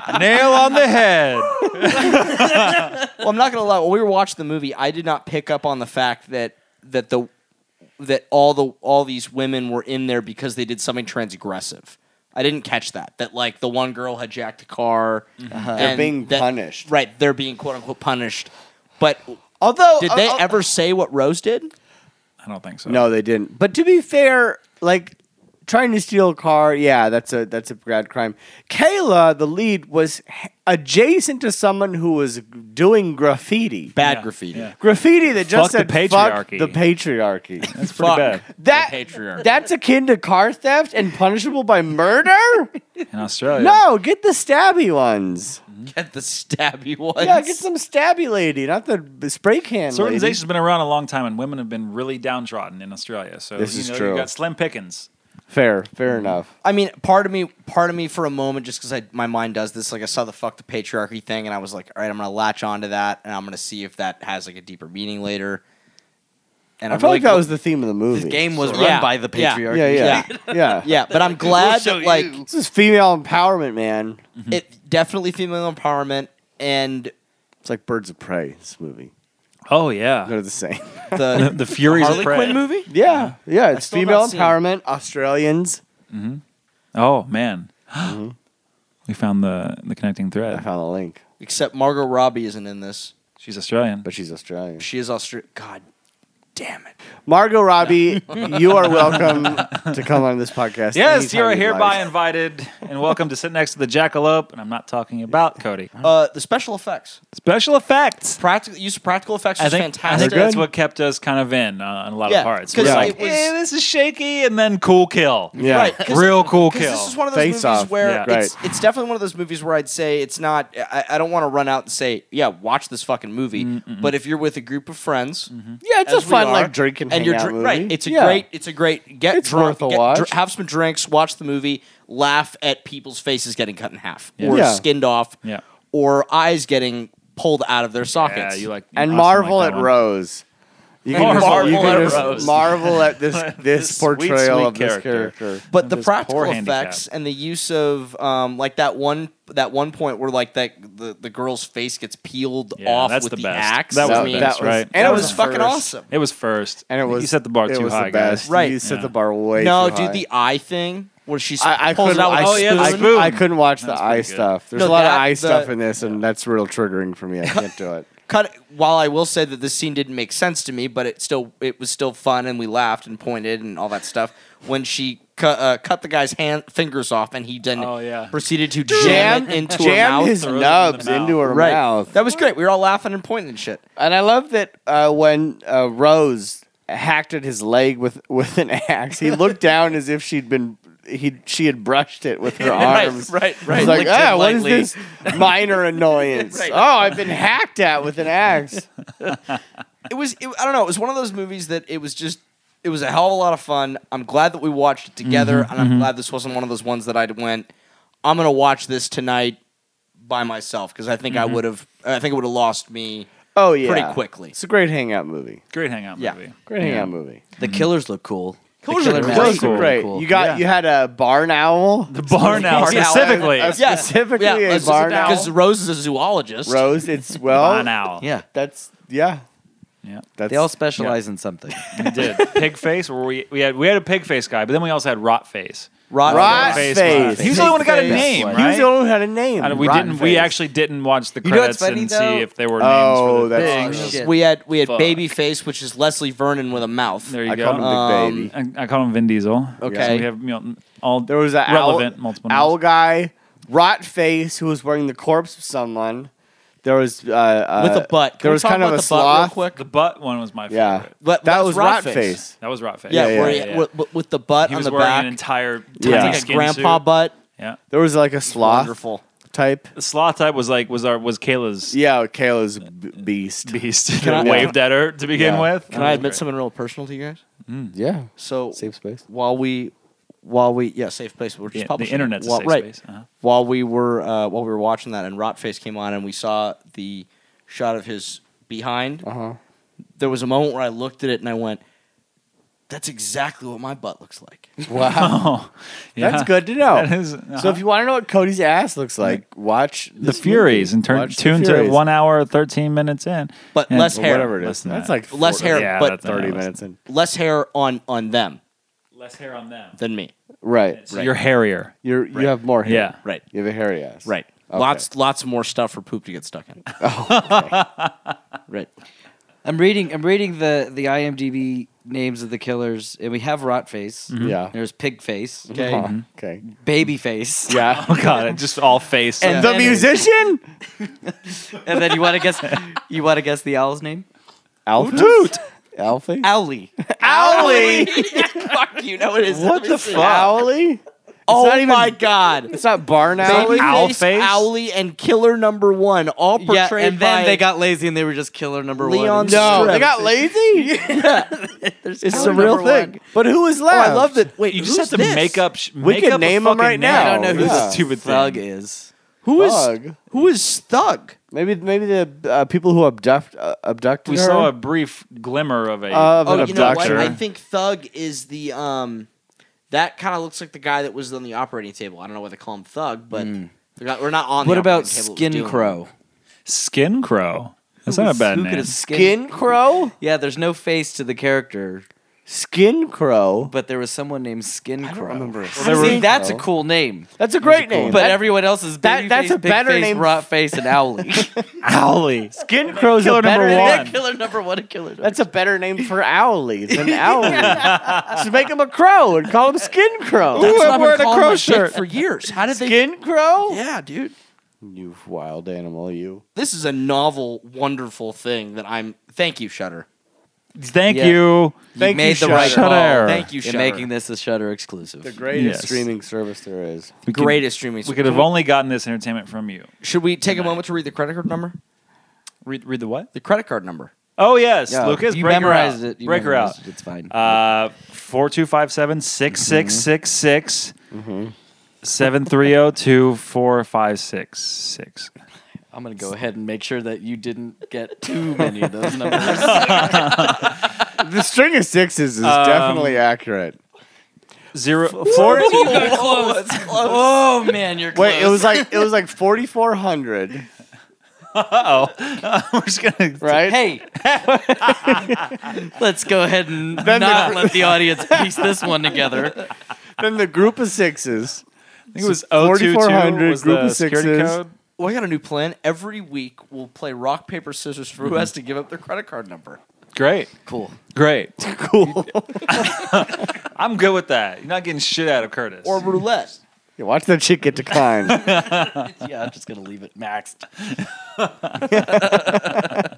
C: it.
D: it. Nail on the head.
B: Well, I'm not gonna lie. When we were watching the movie, I did not pick up on the fact that that the that all the all these women were in there because they did something transgressive. I didn't catch that. That like the one girl had jacked a car.
C: Mm-hmm. They're
B: and
C: being
B: that-
C: punished.
B: Right, they're being quote unquote punished. But
C: Although,
B: did they
C: uh, uh,
B: ever say what Rose did?
D: I don't think so.
C: No, they didn't. But to be fair, like trying to steal a car, yeah, that's a that's a bad crime. Kayla, the lead, was h- adjacent to someone who was doing graffiti.
B: Bad
D: Yeah,
B: graffiti.
D: yeah.
C: Graffiti that just
D: Fuck
C: said
D: the
C: fuck
D: patriarchy."
C: the patriarchy.
D: It's pretty
B: Fuck.
D: bad
C: that
B: patriarchy.
C: that's akin to car theft and punishable by murder.
D: in Australia.
C: No, get the stabby ones.
B: Get the stabby ones.
C: Yeah, get some stabby lady, not the b- spray can
D: This
C: lady.
D: organization's been around a long time, and women have been really downtrodden in Australia. So
C: This
D: you
C: is
D: know,
C: true.
D: You've got slim pickings.
C: Fair, fair enough.
B: I mean, part of me, part of me, for a moment, just because my mind does this, like I saw the fuck the patriarchy thing, and I was like, all right, I'm gonna latch onto that, and I'm gonna see if that has like a deeper meaning later. And
C: I
B: I'm
C: felt
B: really
C: like that
B: gl-
C: was the theme of the movie.
A: This game was
B: Yeah.
A: run by the
B: Yeah.
A: patriarchy.
C: yeah, yeah, yeah.
B: yeah, but I'm glad that like
C: This is female empowerment, man.
B: it definitely female empowerment and
C: It's like Birds of Prey. This movie,
D: Oh yeah,
C: they're the same.
D: the,
B: the
D: the Furies
B: Harley
D: of Prey.
B: Quinn movie.
C: Yeah, yeah. It's
B: still
C: female
B: not seen it.
C: empowerment. Australians.
D: Oh man,
C: Mm-hmm.
D: we found the the connecting
C: I
D: thread.
C: found the link,
B: Except Margot Robbie isn't in this.
D: She's Australian.
C: but she's Australian.
B: She is Australian. God damn it.
C: Margot Robbie, you are welcome to come on this podcast.
D: Yes,
C: anytime
D: you are
C: you'd
D: hereby
C: like.
D: invited and welcome to sit next to the jackalope. And I'm not talking about Cody.
B: Uh, the special effects,
D: Special effects.
B: practical use of practical effects
D: I
B: was
D: think, I
B: fantastic.
D: think that's what kept us kind of in uh, on a lot
B: Yeah,
D: of parts.
B: 'cause
D: We're
C: it
D: like,
B: was-
D: "Eh, this is shaky, and then cool kill.
C: Yeah.
B: Right, 'cause-
D: Real cool
B: 'cause
D: kill.
B: This is one of those
C: Face
B: movies
C: Off.
B: where
D: Yeah.
B: it's,
C: Right.
B: it's definitely one of those movies where I'd say it's not. I, I don't want to run out and say, yeah, watch this fucking movie. But if you're with a group of friends,
D: Mm-hmm.
C: Yeah, it's
B: as
C: a
B: we
C: fun fun, are. like, drink and
B: and
C: hang
B: you're
C: out
B: dr-
C: movie.
B: right. It's a
C: Yeah.
B: great. It's a great. Get
C: It's
B: drunk,
C: worth a
B: get
C: watch.
B: dr- have some drinks. Watch the movie. Laugh at people's faces getting cut in half, or
C: Yeah.
B: skinned off,
D: Yeah.
B: or eyes getting pulled out of their
D: Yeah,
B: sockets.
D: you like you
C: and
D: awesome
C: marvel
D: like that
C: at
D: one.
C: Rose. You can
D: Marvel
C: just, you
B: at
C: can just
B: Rose.
C: marvel at this this,
D: This sweet,
C: portrayal
D: sweet
C: of this
D: character.
C: character.
B: but the
D: This
B: practical
D: poor
B: effects
D: handicap.
B: and the use of um, like that one that one point where like that the, the girl's face gets peeled
D: Yeah,
B: off
D: that's
B: with
D: the
B: the,
D: best.
B: axe.
D: That was
B: I
D: the
B: mean,
D: best, right?
C: and
B: That
C: it
B: was,
C: was the
B: fucking
C: first.
B: awesome.
D: It was first,
C: And it was
D: you set the bar
C: it
D: too
C: was
D: high,
C: the best.
D: guys.
B: Right.
C: You set
D: Yeah.
C: the bar way
B: No,
C: too
B: dude,
C: high.
B: the eye thing where she s-
C: I, I
B: pulls
C: couldn't.
B: it out with
C: I,
B: a
D: oh, yeah, the
B: spoon.
C: I,
D: spoon.
C: I couldn't watch the
D: That's
C: eye
D: pretty good.
C: stuff. There's
B: No,
C: a lot
B: that-
C: of eye
B: the-
C: stuff in this, and that's real triggering for me. I can't do it.
B: cut while I will say that this scene didn't make sense to me, but it still it was still fun and we laughed and pointed and all that stuff when she cu- uh, cut the guy's hand fingers off and he then
D: Oh, yeah.
B: proceeded to jam,
C: Jam,
B: it into her
C: jam
B: mouth.
C: his
D: throws it in the
C: nubs
D: mouth.
C: into her
B: right.
C: mouth.
B: That was great. We were all laughing and pointing and shit.
C: And I love that uh, when uh, Rose hacked at his leg with, with an axe, he looked down as if she'd been he she had brushed it with her
B: Right,
C: arms.
B: right, right.
C: He's like,
B: Licked it
C: ah, what is
B: lightly."
C: this minor annoyance?
B: Right.
C: Oh, I've been hacked at with an axe.
B: It was it, I don't know, it was one of those movies that it was just it was a hell of a lot of fun. I'm glad that we watched it together
C: Mm-hmm,
B: and I'm glad this wasn't one of those ones that I went I'm going to watch this tonight by myself because I think I would have I think it would have lost me
C: Oh Mm-hmm. yeah,
B: pretty quickly.
C: It's a great hangout movie.
D: Great hangout
B: Yeah.
D: movie.
C: Great hangout movie.
A: The killers look cool. The
B: Killers
A: killer
B: look
A: masks
D: cool.
A: are
C: Great.
A: cool.
C: You got
D: Yeah.
C: you had a barn owl.
D: The barn owl
B: Barn owl.
D: specifically.
C: A
B: Yeah.
C: specifically a
B: let's just-
C: barn owl.
B: Because Rose is a zoologist.
C: Rose, it's well,
D: Barn owl.
A: yeah.
C: that's yeah,
D: Yeah.
C: that's
A: They all specialize in something.
D: We did pig face, where we we had we had a pig face guy, but then we also had rot face.
B: Rod,
C: Rot
D: Face,
C: face.
D: He was the only one that got a
B: Pig face.
D: name,
C: He was the
D: right?
C: only one who had a name.
D: And we
A: Rotten
D: didn't. We
A: face.
D: actually didn't watch the
A: You know what's
D: credits
A: funny,
D: and
A: though?
D: see if there were names
C: Oh,
D: for the
C: that's
D: things.
A: shit.
B: We had we had
D: Fuck.
B: baby face, which is Leslie Vernon with a mouth.
D: There you
C: I
D: go. Uh,
C: called him
B: Um,
C: Big Baby.
D: I, I call him Vin Diesel.
B: Okay.
D: So we have you know, all
C: There was an
D: relevant
C: owl,
D: multiple
C: owl
D: names.
C: guy, rot face, who was wearing the corpse of someone. There was uh, uh,
B: With a butt. Can
C: there
B: we
C: was
B: talk
C: kind of
B: about
C: a
B: the butt real
C: sloth.
B: quick?
D: The butt one was my
C: Yeah,
D: favorite.
B: But
C: that
B: that's
C: was
B: Rot
C: rot
B: Face.
C: face.
D: That was rot face.
B: Yeah,
C: yeah,
B: where
C: yeah,
B: he-
D: yeah.
B: With, with the butt
D: He
B: on
D: was
B: the
D: wearing
B: back,
D: an entire
C: Yeah.
D: tiny
B: like a
D: skin
B: grandpa
D: suit.
B: butt.
D: Yeah.
C: There was like a sloth
B: Wonderful.
C: type.
D: The sloth type was like was our was Kayla's
C: Yeah, Kayla's b- beast.
D: Uh, beast.
C: I-
D: waved at her to begin
C: Yeah.
D: with.
B: Can I admit something real personal to you guys?
C: Yeah,
B: So
C: Mm. safe space.
B: while we while we yeah safe place we're just
D: Yeah, the
B: publishing it.
D: internet's a
B: while,
D: safe
B: right,
D: space. Uh-huh.
B: while we were uh, while we were watching that and Rotface came on and we saw the shot of his behind
C: Uh-huh.
B: there was a moment where I looked at it and I went that's exactly what my butt looks like
C: Wow,
D: Oh,
C: that's good to know.
D: That is-
C: So if you want to know what Cody's ass looks like, watch
D: the Furies and turn tune to one hour thirteen minutes in,
B: But
D: and
B: less hair.
C: whatever it is.
D: Less than
C: That's
D: that.
C: like
B: Less
C: 40
B: hair,
D: Yeah,
B: but
D: that's-
C: Thirty
D: yeah, less-
C: minutes in.
B: less hair on on them
D: Less hair on them.
B: than me
C: Right,
D: So You're hairier.
C: You're you have more hair.
D: Yeah.
B: right
C: You have a hairy ass.
B: right
C: Okay.
B: lots lots more stuff for poop to get stuck in right
A: I'm reading. I'm reading the the IMDb names of the killers, and we have Rot Face.
C: Yeah.
A: There's Pig Face.
B: okay
C: Huh. Mm. Okay.
A: Baby Face.
C: Yeah.
D: Oh god, it just all face. Uh,
A: And
C: the
A: then-
C: musician
A: and then you want to guess. You want to guess the owl's name?
C: Alf Toot. Alfie.
A: Owly.
C: Owly.
B: fuck you know it is
C: What the fuck? Owly.
B: oh
C: not even-
B: my god
C: It's not Barn Owly.
D: Baby- Owl
B: Babyface,
D: face?
B: Owly, and Killer Number One, all
A: Yeah,
B: portrayed
A: and then
B: by
A: they got lazy and they were just killer number
B: Leon
A: one.
C: No,
B: Strip.
C: they got lazy. it's a
A: Owly
C: real
A: number
C: thing. But who is
B: Oh,
C: left?
B: I love that. Wait,
D: you
B: who's
D: just have to
B: this?
D: make up. sh-
C: We
D: make
C: could
D: up a
C: name 'em
D: fucking
C: right
D: name.
C: now.
A: I don't know who
C: Yeah.
A: this
D: Stupid
A: thug
D: thing.
A: is.
B: Who is
C: Thug.
B: who is Thug?
C: Maybe maybe the uh, people who abduct uh, abducted
D: We
C: her. Uh,
D: saw a brief glimmer of a.
C: Of an
B: Oh, you know what?
C: abductor.
B: I think Thug is the um. That kind of looks like the guy that was on the operating table. I don't know why they call him Thug, but they're not, we're not on.
A: What
B: the
A: about
B: operating table.
A: Skin
B: Doing-
A: Crow?
D: Skin Crow. That's not a bad
A: Who
D: name.
A: could have skin?
C: Skin Crow.
A: Yeah, there's no face to the character,
C: Skin Crow.
A: but there was someone named Skin Crow.
C: remember.
A: See, that's a cool name.
C: That's a great name.
A: But everyone else is
C: that-
A: baby
C: that's
A: face,
C: a better
A: big face,
C: name.
A: Rot face and Owly.
C: Owly. Skin Crow's
D: Killer
C: a better
D: number
C: name.
D: one.
A: killer number one and killer number
C: That's a better name for Owly than Owly. Should make him a crow and call him Skin Crow.
B: That's
D: Ooh,
B: what
D: I'm
B: I've been
D: wearing a
B: calling
D: crow
B: my dick
D: shirt.
B: for years. How did they?
C: Skin Crow?
B: Yeah, dude.
C: You wild animal, you.
B: This is a novel, wonderful thing that I'm. Thank you, Shutter.
D: Thank
A: Yeah.
D: you.
A: you made the right
D: Shutter.
A: call.
D: Shutter.
B: Thank you,
A: You're
B: Shutter.
A: making this a Shutter exclusive.
C: The greatest
D: Yes.
C: streaming service there is.
D: We could-
B: greatest streaming.
D: We could have only gotten this entertainment from you.
B: Should we take a moment to read the credit card number?
D: Read, read the what?
B: The credit card number.
D: Oh yes,
A: Yeah,
D: Lucas.
A: you
D: break
A: memorized
D: her out.
A: it. You
D: break her
A: memorized
D: out.
A: it. It's fine.
D: Uh, four two five seven six six six six seven three zero two four five six six.
A: I'm gonna go ahead and make sure that you didn't get too many of those numbers.
C: The string of sixes is definitely accurate.
D: Zero four two.
A: oh man, you're close.
C: Wait, it was like it was like forty four hundred.
D: Uh oh, we're just gonna
C: Right?
A: Hey, let's go ahead and not let the audience piece this one together.
C: Then the group of sixes.
D: I think it was 022
C: 4400
D: was
C: group
D: the
C: of
D: security
C: sixes.
D: code.
B: Well, I got a new plan. Every week we'll play rock paper scissors for who has to give up their credit card number.
D: Great,
A: Cool.
D: great, cool. I'm good with that. You're not getting shit out of Curtis.
B: Or roulette.
C: Yeah, watch that shit get declined.
A: Yeah, I'm just gonna leave it maxed.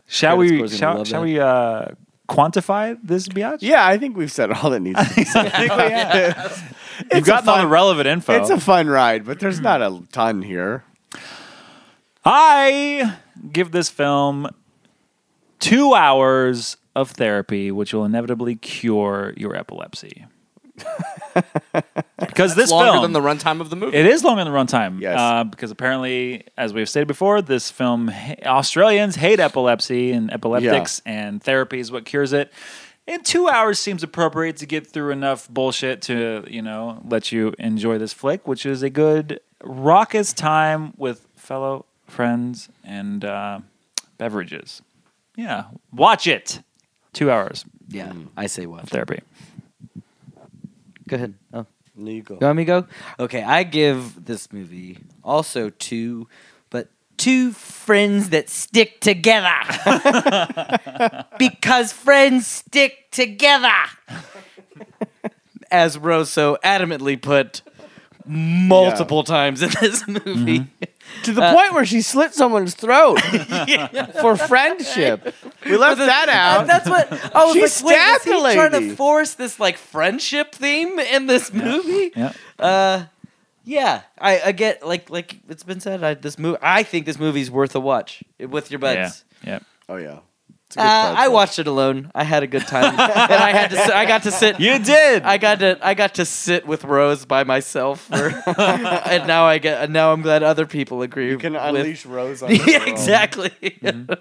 D: shall
A: Curtis
D: we?
A: Gore's gonna
D: Shall,
A: love
D: shall
A: that.
D: we uh, quantify this biatch?
C: yeah, I think we've said all that needs to be said.
D: You've gotten all the
C: fun-
D: relevant info.
C: It's a fun ride, but there's not a ton here.
D: I give this film two hours of therapy, which will inevitably cure your epilepsy. because this
B: Longer
D: film,
B: than the runtime of the movie.
D: it is longer than runtime.
C: Yes.
D: uh, because apparently, as we've stated before, this film ha- Australians hate epilepsy and epileptics, and therapy is what cures it. And two hours seems appropriate to get through enough bullshit to you know let you enjoy this flick, which is a good raucous time with fellow friends and uh, beverages. Yeah, watch it. Two hours
A: Yeah, Mm. I say what.
D: of therapy.
A: Go ahead. Oh.
C: There you go.
A: You want me to go? Okay, I give this movie also two, but two friends that stick together. because friends stick together. As Rosso adamantly put multiple times in this movie.
C: To the point where she slit someone's throat for friendship. We left
A: And
C: that out.
A: that's what I was like.
C: She
A: Wait, is
C: stabbed
A: he
C: a
A: trying
C: lady.
A: to force this like friendship theme in this movie?
D: Yeah.
A: Uh, yeah. I, I get like like it's been said. I, this movie, I think this movie's worth a watch with your
D: Yeah,
A: buds.
D: yeah.
C: Oh yeah. It's a
A: Uh,
C: good
A: I
C: podcast.
A: watched it alone. I had a good time, and I had to. Sit, I got to sit.
D: You did.
A: I got to. I got to sit with Rose by myself, for, and now I get. Now I'm glad other people agree.
C: You can
A: with,
C: unleash Rose on her
A: yeah,
C: own.
A: exactly.
D: Mm-hmm.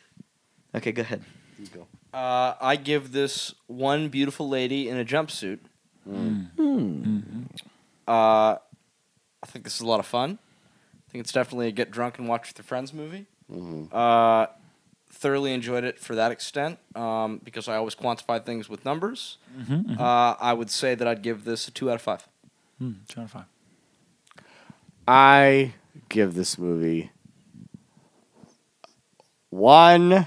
A: okay, go ahead.
B: Uh, I give this one beautiful lady in a jumpsuit. Hmm. Uh, I think this is a lot of fun. I think it's definitely a get drunk and watch with your friends movie. Uh, thoroughly enjoyed it for that extent um, because I always quantify things with numbers. Uh, I would say that I'd give this a two out of five.
D: Hmm, two out of five.
C: I give this movie one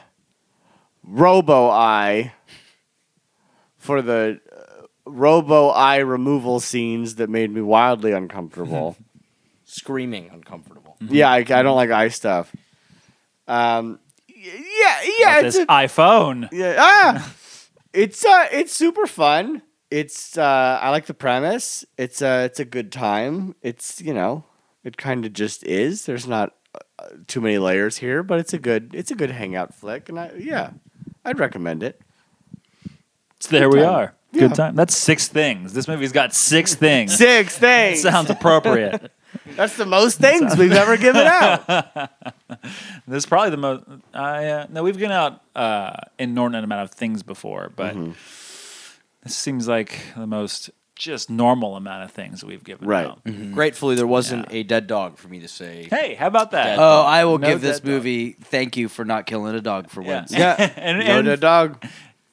C: robo eye for the uh, robo eye removal scenes that made me wildly uncomfortable.
B: Screaming uncomfortable.
C: yeah, I, I don't like eye stuff. Um, y- yeah, yeah,
D: Got
C: it's
D: this
C: a-
D: iPhone.
C: yeah, ah, it's uh, it's super fun. It's uh, I like the premise. It's uh, it's a good time. It's you know, it kind of just is. There's not uh, too many layers here, but it's a good it's a good hangout flick, and I yeah, I'd recommend it.
D: So there we
C: time.
D: are. Good time. That's six things. This movie's got six things.
C: Six things.
D: Sounds appropriate.
C: That's the most things we've ever given out.
D: this is probably the most. I uh, no, we've given out uh, inordinate amount of things before, but
C: Mm-hmm.
D: this seems like the most just normal amount of things we've given
C: Right. Mm-hmm.
D: out.
B: Gratefully, there wasn't a dead dog for me to say.
D: Hey, how about that?
A: Oh, I will
D: No
A: give this
D: dead dog.
A: movie thank you for not killing a dog for
D: yeah.
A: once.
C: Yeah.
D: and,
C: No,
D: and,
C: no dog.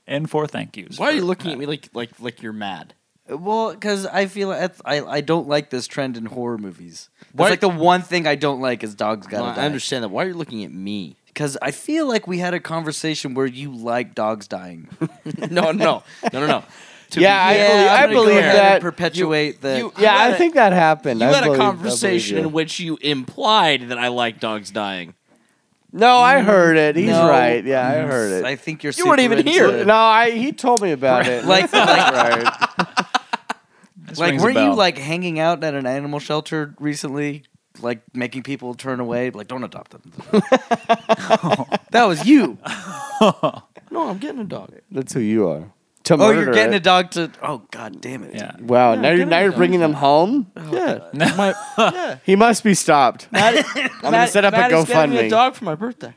D: and four thank yous.
B: Why are you
D: for-
B: looking at me like like like you're mad?
A: Well, because I feel that's- I I don't like this trend in horror movies.
B: Why-
A: That's like the one thing I don't like is dogs gotta
B: Well,
A: die.
B: I understand that. Why are you looking at me?
A: Because I feel like we had a conversation where you like dogs dying.
B: no, no, no, no, no. To
C: Yeah, I
B: fair,
C: believe-
B: I'm
C: I
B: gonna go
C: believe
B: ahead
A: and
C: that-
A: perpetuate the.
B: you-
C: Yeah,
B: had
C: I
B: a-
C: think that happened.
B: You
C: I
B: had
C: believe-
B: a
C: I believe
B: conversation
C: you.
B: in which you implied that I like dogs dying.
C: No, I heard it. He's
A: No.
C: right. Yeah, I heard
A: I
C: it.
A: think you're.
B: You weren't
A: super
B: even
A: into
B: here.
A: it.
C: No, I he told me about it.
A: Like-
C: That's right.
D: This
A: Like,
D: rings a
A: weren't you
D: bell.
A: like hanging out at an animal shelter recently? Like making people turn away, like don't adopt them. that was you.
B: No, I'm getting a dog.
C: That's who you are. To
A: Oh, you're getting a
C: it.
A: dog to. Oh, god damn it.
D: Yeah.
C: Wow, now you're now you're bringing them home.
B: yeah.
C: He must be stopped.
B: I'm
C: gonna set up a
B: getting me
C: GoFundMe.
B: a dog for my birthday.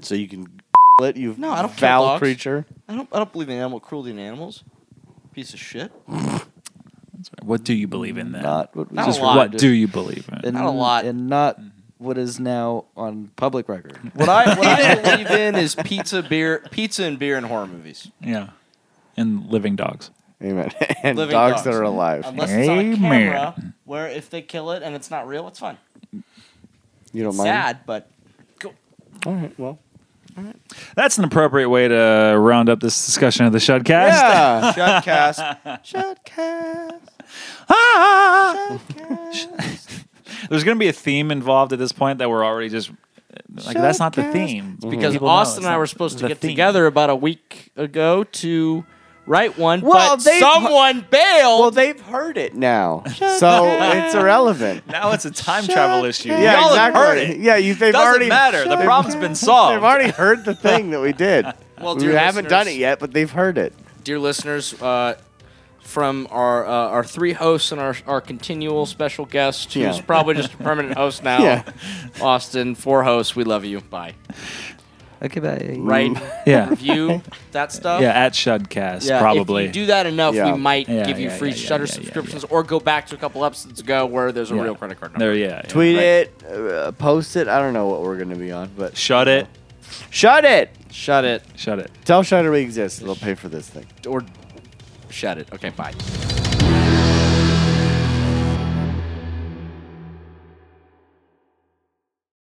C: So you can it. You
B: No, I don't kill
C: foul
B: dogs.
C: creature.
B: I don't. I don't believe in animal cruelty in animals. Piece of shit.
D: What do you believe in then?
A: Not what we
B: Not
D: Just
B: a lot,
D: what
B: dude.
D: do you believe in?
A: and,
B: Not a lot.
A: and not what is now on public record.
B: What I what I believe in is pizza, beer, pizza and beer and horror movies.
D: Yeah. And living dogs.
C: Amen. And
B: Living
C: dogs,
B: dogs.
C: that are alive.
B: Unless it's on a
D: Amen.
B: camera, where if they kill it and it's not real, it's fine.
C: you don't mind.
B: Sad, but
C: All right. Well.
D: That's an appropriate way to round up this discussion of the Shudcast.
C: Yeah.
B: shotcast.
D: Ah! There's going to be a theme involved at this point that we're already just like that's not the theme It's
B: Because Austin and I were supposed to get together about a week ago to write one,
C: Well,
B: but
C: they've-
B: someone bailed.
C: Well, they've heard it now, so it's irrelevant.
D: Now it's a time travel issue.
C: Yeah,
D: Y'all have
C: exactly.
D: heard it.
C: Yeah, you, they've
D: Doesn't
C: already
D: matter. The
C: they've-
D: problem's been
C: They've
D: solved.
C: already heard the thing that we did.
B: Well,
C: we
B: dear
C: haven't done it
B: listeners-
C: yet, but they've heard it.
B: dear listeners, uh, from our uh, our three hosts and our, our continual special guest, who's
C: Yeah.
B: probably just a permanent host now,
C: Yeah.
B: Austin, four hosts, we love you. Bye.
A: Okay, bye.
C: Mm.
B: Right?
D: yeah.
B: Review that stuff.
D: Yeah, at Shudcast
B: Yeah,
D: probably.
B: If you do that enough,
C: Yeah.
B: we might
D: Yeah,
B: give you
D: yeah,
B: free
D: yeah, yeah,
B: Shutter
D: yeah, yeah, yeah.
B: subscriptions, or go back to a couple episodes ago where there's a
D: Yeah.
B: real credit card number.
D: there, yeah. yeah.
C: Tweet
D: Right.
C: it, uh, post it. I don't know what we're going to be on, but
D: Shut it.
C: shut it.
B: Shut it
D: Shut it.
C: Tell Shutter we exist. They'll pay for this thing.
B: or shut it. Okay, bye.